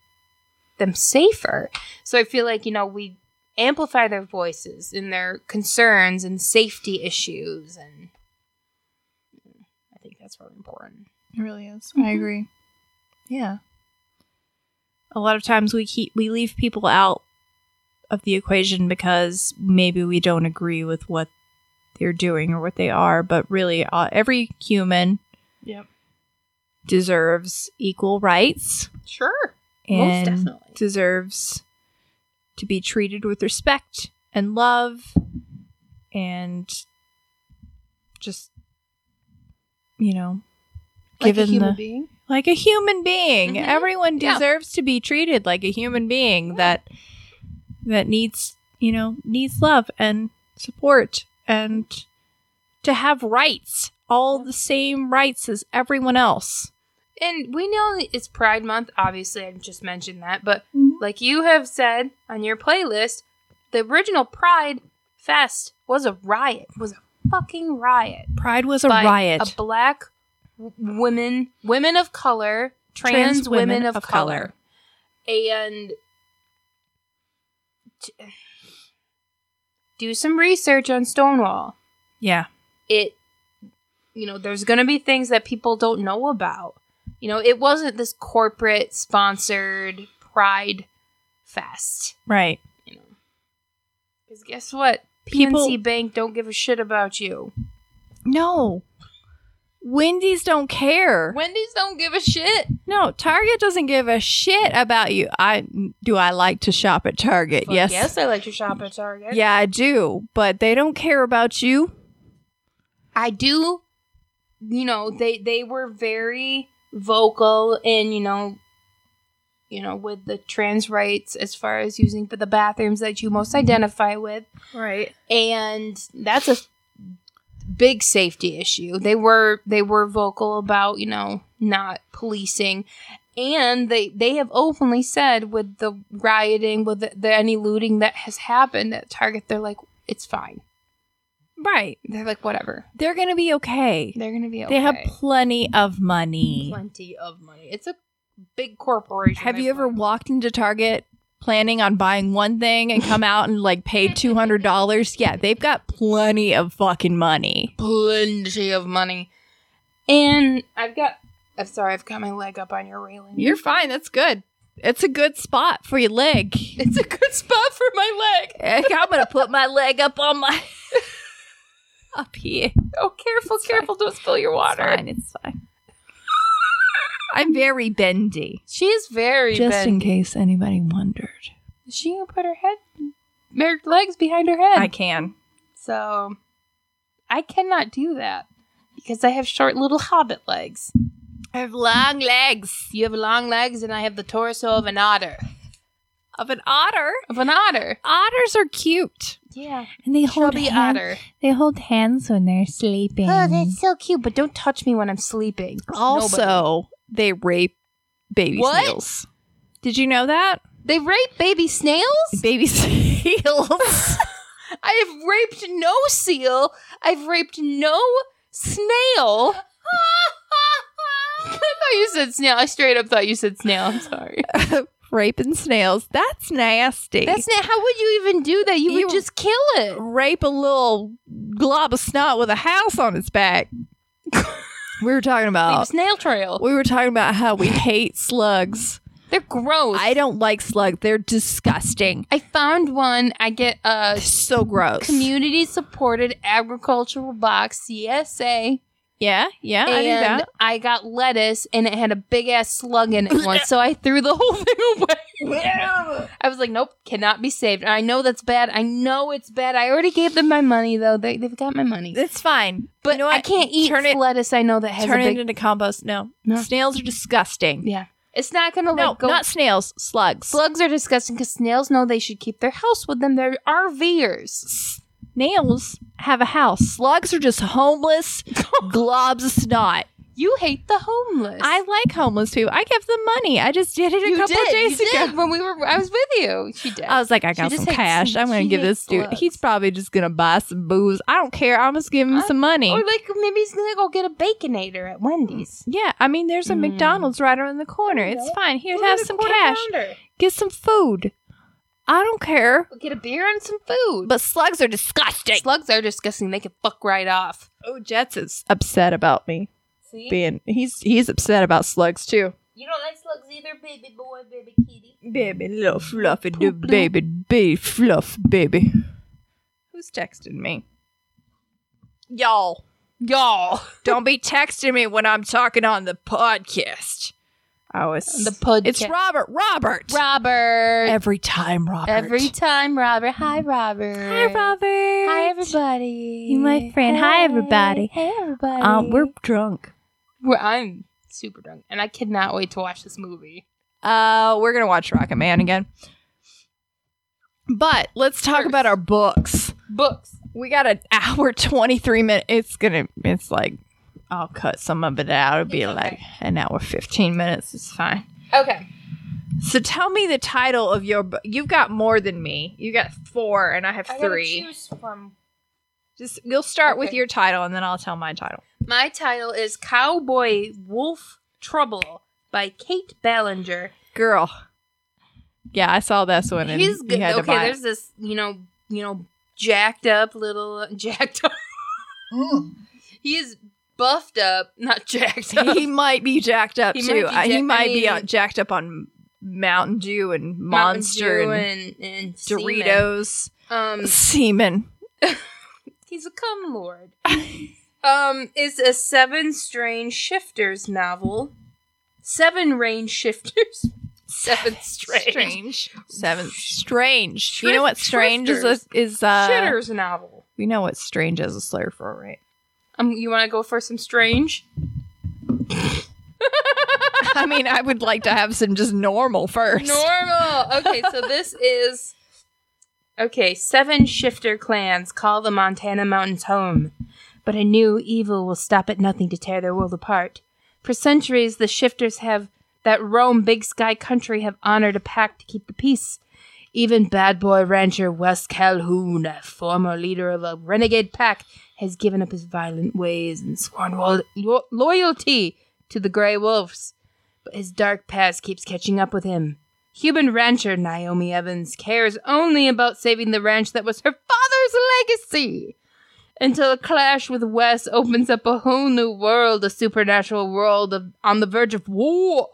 them safer. So I feel like, you know, we amplify their voices and their concerns and safety issues and I think that's really important.
It really is. I
Mhm.
agree. Yeah. A lot of times we keep we leave people out of the equation because maybe we don't agree with what they're doing or what they are, but really uh, every human
Yep.
deserves equal rights
Sure. Most
and
definitely.
deserves to be treated with respect and love and just you know given the
being.
like a human being.
Mhm.
Everyone
Yeah.
deserves to be treated like a human being that that needs, you know, needs love and support and to have rights, all the same rights as everyone else.
And we know that it's Pride Month, obviously, I just mentioned that, but
Mhm.
like you have said on your playlist, the original Pride Fest was a riot, was a fucking riot.
Pride was a
by
riot.
A black w- women, women of color, trans, women, of, color. And t- do some research on Stonewall.
yeah.
It, you know, there's going to be things that people don't know about. You know, it wasn't this corporate sponsored Pride Fest.
Right.
you know. Because guess what?
People-
PNC Bank don't give a shit about you.
No. Wendy's don't care.
Wendy's don't give a shit.
No, Target doesn't give a shit about you. I do I like to shop at Target.
Fuck
yes.
yes, I like to shop at Target.
Yeah, I do, but they don't care about you.
I do. You know, they they were very vocal and you know, you know, with the trans rights as far as using for the bathrooms that you most identify with,
Right.
and that's a big safety issue. They were they were vocal about, you know, not policing and they they have openly said with the rioting with the, the any looting that has happened at Target they're like it's fine.
Right.
They're like whatever.
They're going to be okay.
They're going to be okay.
They have plenty of money.
plenty of money. It's a big corporation.
Have
They
you ever
want-
walked into Target planning on buying one thing and come out and like pay $200? Yeah, they've got plenty of fucking money.
plenty of money? And I've got I'm sorry, I've got my leg up on your railing.
You're fine. That's good. It's a good spot for your leg.
It's a good spot for my leg.
I'm going to put my leg up on my. up here.
Oh, careful, careful! Don't spill your water.
It's fine. It's fine. I'm very bendy.
She's very
Just
bent.
in case anybody wondered.
She can put her head, her legs behind her head.
I can.
so I cannot do that because I have short little hobbit legs.
I have long legs
You have long legs, and I have the torso of an otter.
of an otter.
Of an otter.
Otters are cute.
Yeah,
And they hold
chubby
hand-
otter.
They hold hands when they're sleeping.
Oh, that's so cute, but don't touch me when I'm sleeping.
Also,
Nobody.
they rape baby
What?
snails. Did you know that?
they rape baby snails.
Baby snails.
I have raped no seal. I've raped no snail. I thought you said snail. I straight up thought you said snail. I'm sorry.
raping snails. That's nasty.
That's not. How would you even do that? You,
You-
would just kill it.
rape a little glob of snot with a house on its back. we were talking
Leave a
about
snail trail.
we were talking about how we hate slugs.
They're gross.
I don't like slugs. They're disgusting.
I found one. I get a
So gross.
community supported agricultural box CSA,
yeah, yeah, Oh, I knew
and
that.
I got lettuce, and it had a big ass slug in it once. So I threw the whole thing away. I was like, nope, cannot be saved. And I know that's bad. I know it's bad. I already gave them my money though. They, they've got my money,
It's fine.
but
you know
I
what?
can't eat
Turn it-
lettuce. I know that has a
Turn
big.
it into compost. No.
No.
Snails are disgusting.
yeah, it's not gonna
No,
like go
not snails, slugs.
Slugs are disgusting because snails know they should keep their house with them. They're RVers.
snails have a house. Slugs are just homeless globs of snot.
You hate the homeless.
I like homeless people. I give them money. I just did it a
you
couple
did.
of days
you
ago.
Did when we were, I was with you. She did.
I was like, I
She
got
just
some
hates-
cash. I'm going
she
to give
hates
this dude.
slugs.
He's probably just going to buy some booze. I don't care. I'm just giving him
I-
some money.
or like maybe he's gonna go get a baconator at Wendy's.
yeah, I mean, there's a
Mm.
McDonald's right around the corner.
There you
It's
go.
fine. Here,
Go
have
get a
some
quarter
cash.
pounder.
Get some food. I don't care.
Go Get a beer and some food.
But slugs are disgusting.
slugs are disgusting. They can fuck right off.
Oh, Jets is upset about me
See,
being. He's he's upset about slugs too.
You don't like slugs either, baby boy, baby kitty.
Baby, little fluffy,
Poop little- baby,
baby, fluff, baby. Who's texting me? Y'all.
y'all.
Don't be texting me when I'm talking on the podcast. I was.
The pud.
it's Robert. Robert.
Robert.
Every time, Robert.
Every time, Robert. Hi, Robert.
Hi, Robert.
Hi, everybody.
You my friend. Hi, everybody.
Hey, everybody.
Um, we're drunk.
We're- I'm super drunk, and I cannot wait to watch this movie.
Uh, we're gonna watch Rocket Man again. But let's talk
First.
about our books.
Books.
We got an hour twenty three minutes. It's gonna. It's like I'll cut some of it out. It'll be
It's okay.
like an hour fifteen minutes. It's fine.
Okay.
So tell me the title of your. bu- You've got more than me. You got four, and I have three.
choose from.
Just you'll start with
Okay.
your title, and then I'll tell my title.
My title is Cowboy Wolf Trouble by Kate Ballinger.
Girl. Yeah, I saw this one. And
He's
you
good.
had to
Okay,
buy it.
there's this, you know, you know, jacked up little jacked up.
Mm.
He is buffed up, not jacked up.
he might be jacked up
He might
too.
be
Uh, he
jack-
might
I
be
mean-
uh, jacked up on Mountain Dew and
Mountain
Monster
Dew
and,
and, and semen.
Doritos.
Um,
Semen.
He's a cum lord. um, is a Seven Strain Shifters novel. Seven Rain Shifters. Seven Strain
Strange. Seven. Strange. you know
Shrift-
what strange is? A, is uh,
Shitters novel.
We know what strange is a slur for, right?
Um, you want to go for some strange?
I mean, I would like to have some just normal first.
Normal. Okay, so this is okay. Seven shifter clans call the Montana mountains home, but a new evil will stop at nothing to tear their world apart. For centuries, the shifters have that roam big sky country have honored a pact to keep the peace. Even bad boy rancher Wes Calhoun, a former leader of a renegade pack, has given up his violent ways and sworn wo- lo- loyalty to the Grey Wolves. But his dark past keeps catching up with him. Human rancher Naomi Evans cares only about saving the ranch that was her father's legacy. Until a clash with Wes opens up a whole new world, a supernatural world of, on the verge of war.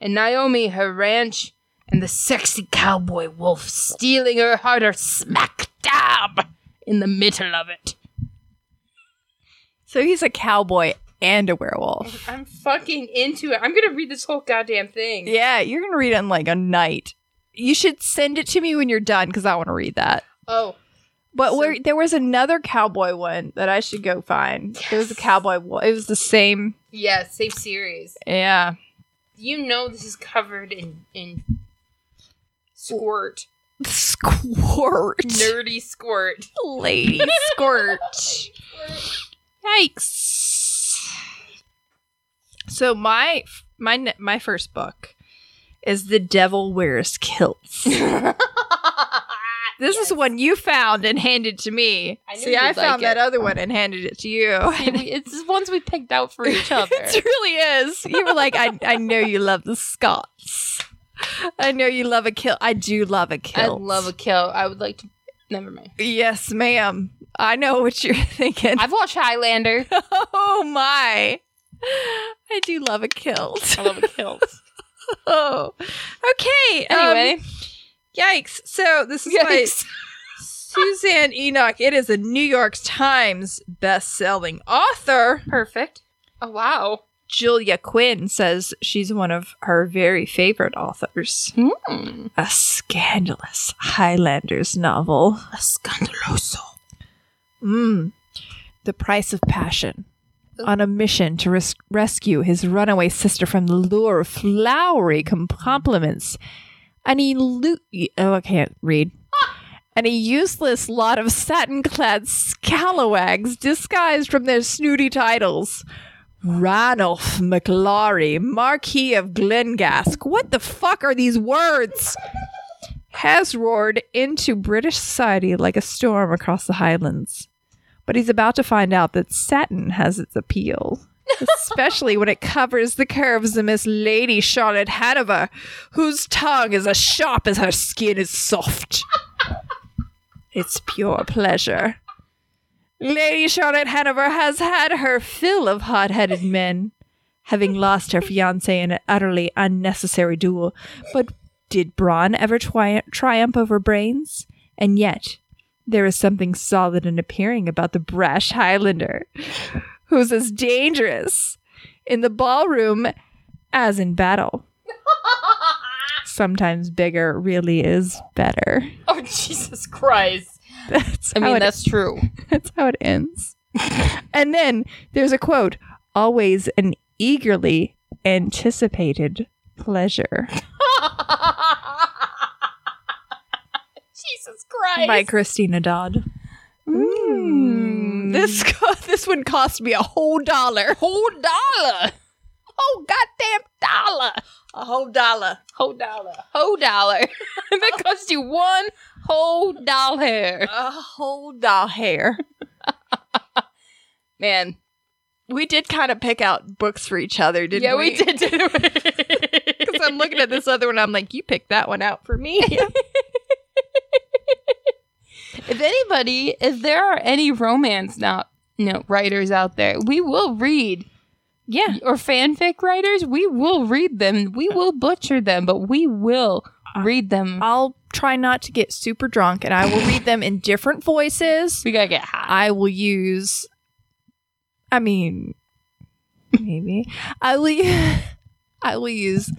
And Naomi, her ranch, and the sexy cowboy wolf stealing her heart are smack dab in the middle of it.
So he's a cowboy and a werewolf.
I'm fucking into it. I'm gonna read this whole goddamn thing.
Yeah, you're gonna read it in like a night. You should send it to me when you're done because I want to read that.
Oh,
But
So-
where there was another cowboy one that I should go find. It was a cowboy. wo- It was the same.
yeah, same series.
Yeah.
you know this is covered in in squirt,
Squirt,
nerdy squirt.
lady, squirt. Yikes. So my my ne- my first book is The Devil Wears Kilts. This is one you found and handed to me.
I knew
See,
you'd
I
like
found
it.
that other one and handed it to you.
it's ones we picked out for each other.
It really is. You were like, I, I know you love the Scots. I know you love a kill. I do love a kill.
I love a kill. I would like to. Never mind.
Yes, ma'am. I know what you're thinking.
I've watched Highlander.
oh my. I do love a kilt.
I love a kilt.
Oh. Okay. um,
Anyway,
yikes. So this is by
Yikes.
Suzanne Enoch. It is a New York Times best-selling author.
perfect. Oh wow.
Julia Quinn says she's one of her very favorite authors.
Mm.
A scandalous Highlanders novel.
A scandaloso.
Mm. The Price of Passion. On a mission to res- rescue his runaway sister from the lure of flowery com- compliments and he lo- oh I can't read and a useless lot of satin-clad scalawags disguised from their snooty titles. Ranulph McLaurie, Marquis of Glengask. What the fuck are these words? has roared into British society like a storm across the Highlands. But he's about to find out that satin has its appeal, especially when it covers the curves of Miss Lady Charlotte Hanover, whose tongue is as sharp as her skin is soft. It's pure pleasure. Lady Charlotte Hanover has had her fill of hot headed men, having lost her fiance in an utterly unnecessary duel. But did brawn ever twi- triumph over brains? And yet, there is something solid and appearing about the brash Highlander, who's as dangerous in the ballroom as in battle. Sometimes bigger really is better.
Oh Jesus Christ.
That's
I
how
mean
it
that's true.
That's how it ends. and then there's a quote always an eagerly anticipated pleasure
Jesus Christ.
by Christina Dodd.
Mm.
This co- this would cost me a whole dollar.
whole dollar. Whole goddamn dollar.
A whole dollar.
Whole dollar. Whole dollar. that cost you one whole dollar.
A whole doll hair.
Man.
We did kind of pick out books for each other, didn't
yeah,
we?
we, did do
Because
it.
I'm looking at this other one, I'm like, you picked that one out for me.
if anybody, if there are any romance not no writers out there, we will read.
yeah.
Or fanfic writers, we will read them. We will butcher them, but we will read them.
I'll try not to get super drunk and I will read them in different voices.
We gotta get high.
I will use. I mean, maybe I will. I will use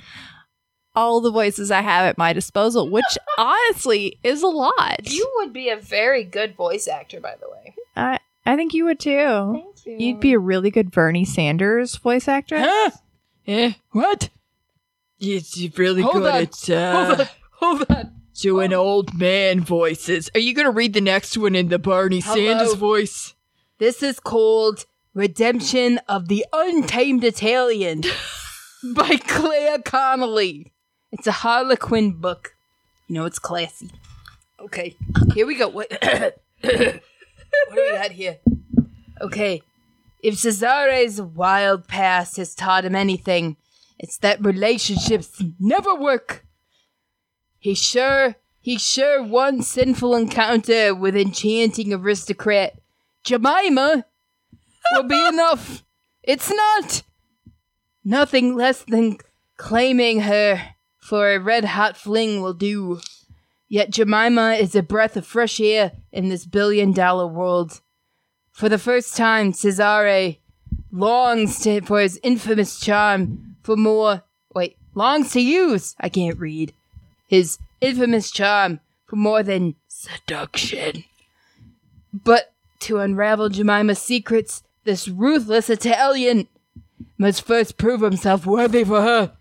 all the voices I have at my disposal, which honestly is a lot.
would be a very good voice actor, by the way.
I I think you would too.
Thank you.
You'd be a really good Bernie Sanders voice actor.
Huh? Eh, what?
Yes, you're really
Hold on.
at uh,
Hold on. Hold on.
doing old man voices. Are you gonna read the next one in the Bernie
Hello.
voice?
This is called Redemption of the Untamed Italian by Claire Connolly. It's a Harlequin book. You know, it's classy. Okay, here we go. What, what do we got here? Okay. If Cesare's wild past has taught him anything, it's that relationships never work. He sure, he sure one sinful encounter with enchanting aristocrat Jemima will be enough. It's not nothing less than claiming her for a red hot fling will do. Yet Jemima is a breath of fresh air in this billion dollar world. For the first time, Cesare longs to, for his infamous charm for more. Wait, longs to use. I can't read. His infamous charm for more than seduction. But to unravel Jemima's secrets, this ruthless Italian must first prove himself worthy for her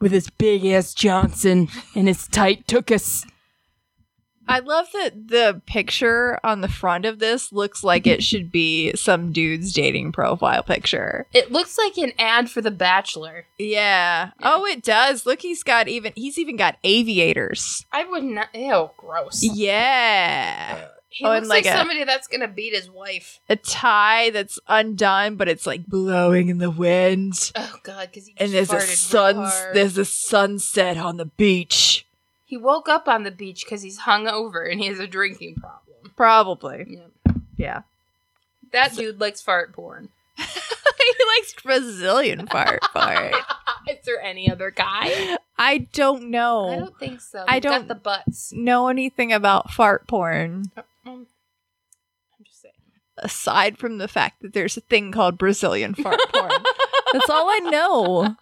with his big ass Johnson and his tight tuchus.
I love that the picture on the front of this looks like it should be some dude's dating profile picture.
It looks like an ad for The Bachelor.
Yeah. Oh, it does. Look, he's got even he's even got aviators.
I would not. Ew, gross.
Yeah.
He
Oh, and
looks like,
like a-
somebody that's gonna beat his wife.
a tie that's undone, but it's like blowing in the wind.
Oh God, because he
And there's
just
a
farted real
suns
hard.
there's a sunset on the beach.
He woke up on the beach because he's hungover and he has a drinking problem.
Probably.
Yeah.
Yeah.
That dude likes fart porn.
he likes Brazilian fart fart.
Is there any other guy?
I don't know.
I don't think so.
Oh. I
We've got
don't-
the butts.
know anything about fart porn
Um, I'm just saying.
aside from the fact that there's a thing called Brazilian fart porn.
That's all I know.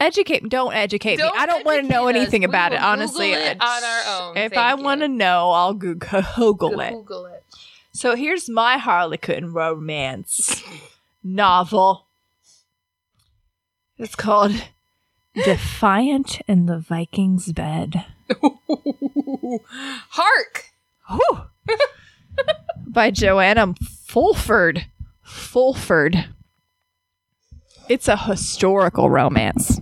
educate don't educate
Don't
me. I don't want to
educate
know
us.
anything
We
about
will
it honestly.
Google it
I-
on our own.
If
Thank
I
you.
want to know, I'll Google, Google it.
Google it.
So here's my Harlequin romance novel. It's called
Defiant in the Viking's Bed.
Hark!
Whew, by Joanna Fulford. Fulford. It's a historical romance.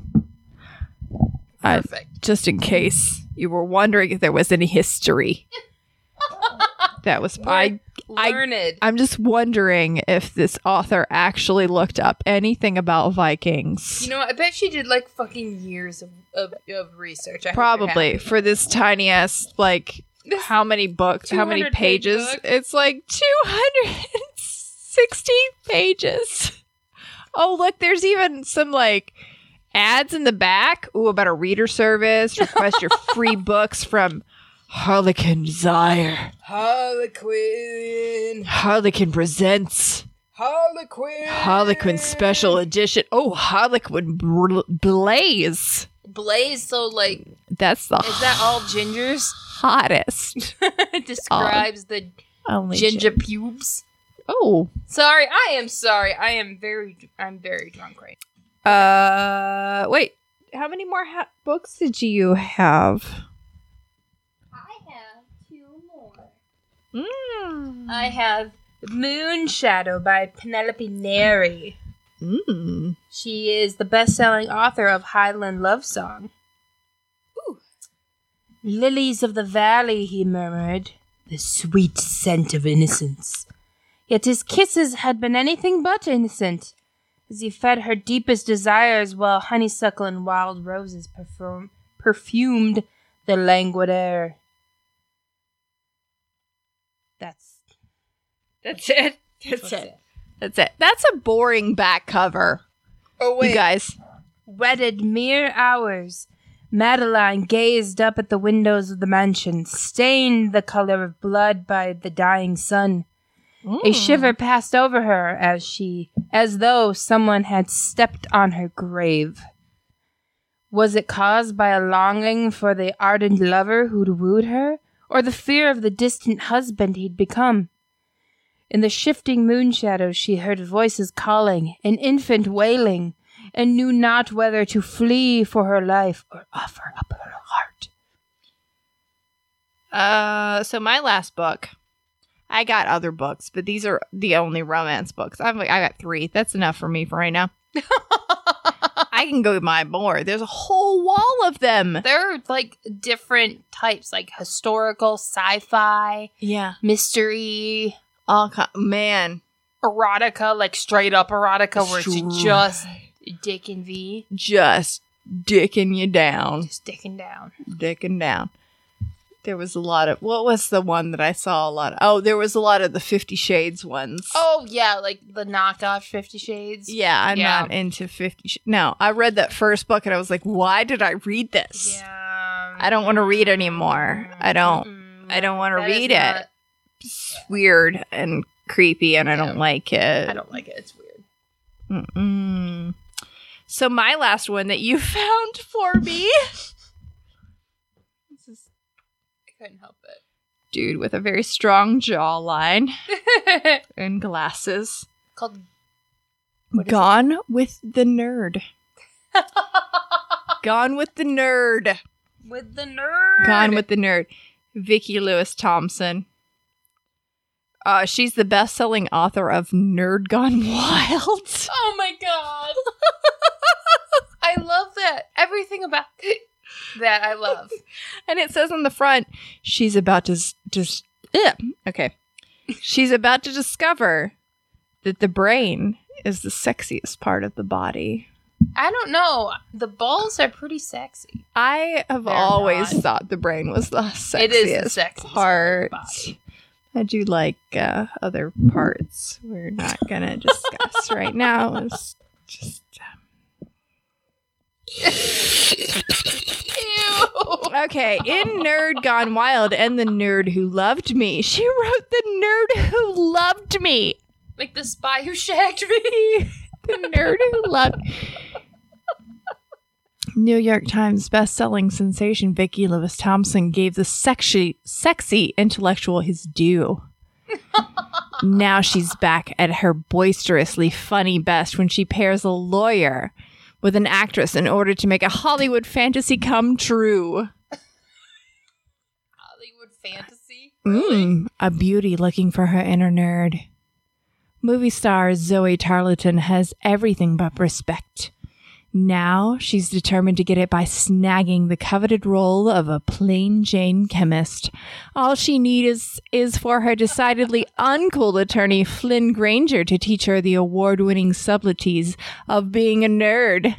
I-
Perfect.
just in case you were wondering if there was any history. that was I, I-
Learned.
I'm just wondering if this author actually looked up anything about Vikings.
you know, what? I bet she did like fucking years of, of, of research. I hope you're
Probably
happy.
for this tiny ass like
This
how many books, how many
200 page
pages?
book.
It's like 260 pages. Oh, look, there's even some like ads in the back. Ooh, about a reader service, request your free books from Harlequin Desire.
Harlequin.
Harlequin presents
Harlequin.
Harlequin Special Edition. Oh, Harlequin Br- Blaze.
Blaze. So like,
That's the
is that all gingers?
hottest.
Describes the
Only
ginger pubes.
Oh,
Sorry, I am sorry. I am very, I'm very drunk right.
Uh, wait. How many more ha- books did you have?
I have two more.
now. I have Moon Shadow by Penelope Neri.
Mm.
She is the best-selling author of Highland Love Song. Lilies of the valley, he murmured, the sweet scent of innocence. Yet his kisses had been anything but innocent, as he fed her deepest desires while honeysuckle and wild roses perfum- perfumed the languid air. That's
That's it.
that's it.
That's it. That's a boring back cover,
Oh
you guys.
Wedded mere hours, Madeline gazed up at the windows of the mansion, stained the color of blood by the dying sun. A shiver passed over her as she, as though someone had stepped on her grave. Was it caused by a longing for the ardent lover who'd wooed her, or the fear of the distant husband he'd become? In the shifting moon shadows, she heard voices calling, an infant wailing, and knew not whether to flee for her life or offer up her heart.
Uh, so my last book. I got other books, but these are the only romance books. I've I got three. That's enough for me for right now. I can go buy more. There's a whole wall of them.
There are like different types, like historical, sci fi,
Yeah.
mystery,
All ki- man.
erotica, like straight up erotica, where
Straight.
it's just Dick and V.
Just dicking you down.
Just dicking down.
dicking down. There was a lot of what was the one that I saw a lot of? Oh, there was a lot of the Fifty Shades ones.
Oh, yeah, like the knockoff Fifty Shades.
yeah, I'm
yeah.
not into Fifty. Sh- no, I read that first book and I was like, why did I read this?
Yeah.
I don't want to read anymore. I don't.
Mm-mm.
I don't want to
That is
read
not-
it. It's weird and creepy, and I don't
Yeah.
like it.
I don't like it. It's weird.
Mm-mm. So my last one that you found for me,
This is, I couldn't help
dude with a very strong jawline
it.
and glasses.
Called is it?
Gone with the Nerd. Gone with the Nerd.
With the Nerd.
Gone with the Nerd. Vicki Lewis Thompson. Uh, she's the best selling author of Nerd Gone Wild.
Oh my god. I love that. Everything about that I love.
And it says on the front, she's about to just yeah. Okay. She's about to discover that the brain is the sexiest part of the body.
I don't know. The balls are pretty sexy.
I have
They're
always
not.
thought the brain was the sexiest
It is the sexiest part of
part.
the
I do like uh, other parts we're not gonna discuss right now. It's just
Ew.
Okay, in Nerd Gone Wild and the Nerd Who Loved Me, she wrote the Nerd Who Loved Me.
Like the spy who shagged me.
the Nerd Who Loved New York Times best-selling sensation Vicki Lewis Thompson gave the sexy, sexy intellectual his due. now she's back at her boisterously funny best when she pairs a lawyer with an actress in order to make a Hollywood fantasy come true.
Hollywood fantasy.
Mm, a beauty looking for her inner nerd. Movie star Zoe Tarleton has everything but respect. Now she's determined to get it by snagging the coveted role of a plain Jane chemist. All she needs is, is for her decidedly uncool attorney Flynn Granger to teach her the award winning subtleties of being a nerd.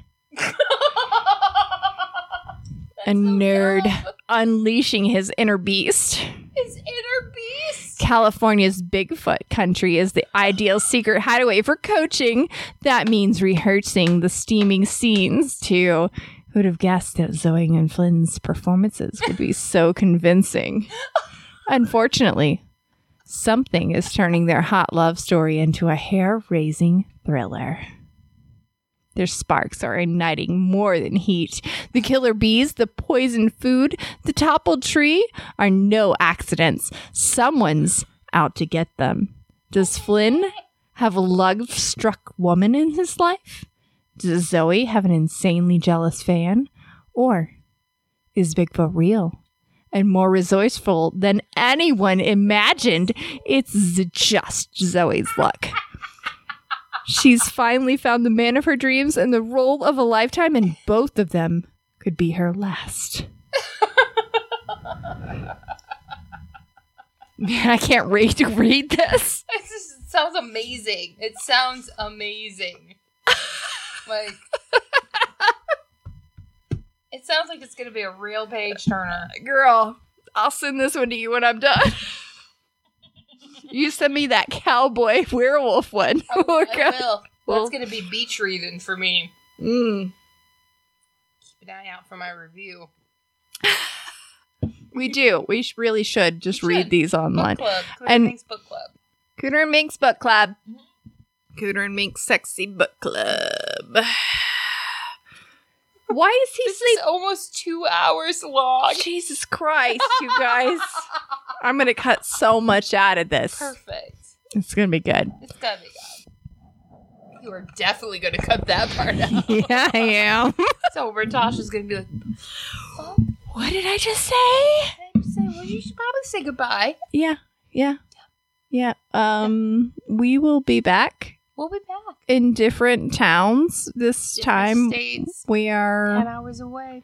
a nerd unleashing his inner beast.
His inner beast.
California's Bigfoot country is the ideal secret hideaway for coaching. That means rehearsing the steaming scenes too. Who'd have guessed that Zoe and Flynn's performances would be so convincing? Unfortunately, something is turning their hot love story into a hair raising thriller. Their sparks are igniting more than heat. The killer bees, the poisoned food, the toppled tree are no accidents. Someone's out to get them. Does Flynn have a love struck woman in his life? Does Zoe have an insanely jealous fan? Or is Bigfoot real and more resourceful than anyone imagined? It's z- just Zoe's luck. She's finally found the man of her dreams and the role of a lifetime, and both of them could be her last. Man, I can't read to read this.
This is- it sounds amazing. It sounds amazing. like it sounds like it's gonna be a real page turner.
Girl, I'll send this one to you when I'm done. you send me that cowboy werewolf one.
I, I
We're go-
will.
Well-
That's gonna be beach reading for me.
Mm.
Keep an eye out for my review.
We do. We sh- really should just
We
read
should.
these online.
Book club.
And-
And book club. Mm-hmm.
Cooter and Mink's book club. Cooter and Mink's sexy book club. Why is he
This
sleeping?
is almost two hours long.
Jesus Christ, you guys. I'm going to cut so much out of this.
Perfect.
It's going to be good.
It's gotta be God. You are definitely gonna cut that part out.
yeah, I am.
so Bertasha's gonna be like,
What did I just say?
"I'd say, well, you should probably say goodbye.
Yeah, yeah, yeah. Um, we will be back
We'll be back.
in different towns this
Different
time.
states,
We
ten
are.
hours away.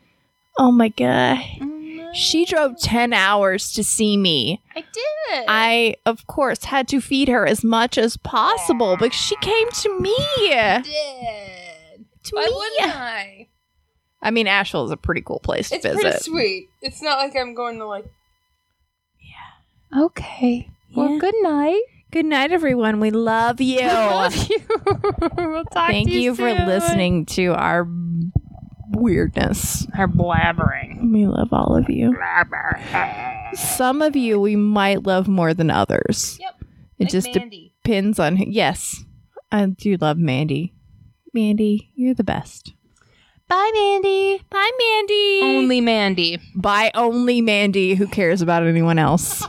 Oh my god.
Mm,
She drove 10 hours to see me.
I did.
I, of course, had to feed her as much as possible, but she came to me. To
did. Why
me.
wouldn't I?
I mean, Asheville is a pretty cool place to
It's pretty
visit.
sweet. It's not like I'm going to like.
Okay. Well, good night.
Good night, everyone. We love you.
you. we'll talk
Thank you, for listening to our weirdness.
Her blabbering.
We love all of you. Some of you we might love more than others.
Yep.
It just
Mandy.
depends on who. Yes, I do love Mandy. Mandy, you're the best.
Bye, Mandy. Bye, Mandy.
Only Mandy.
By only Mandy, who cares about anyone else.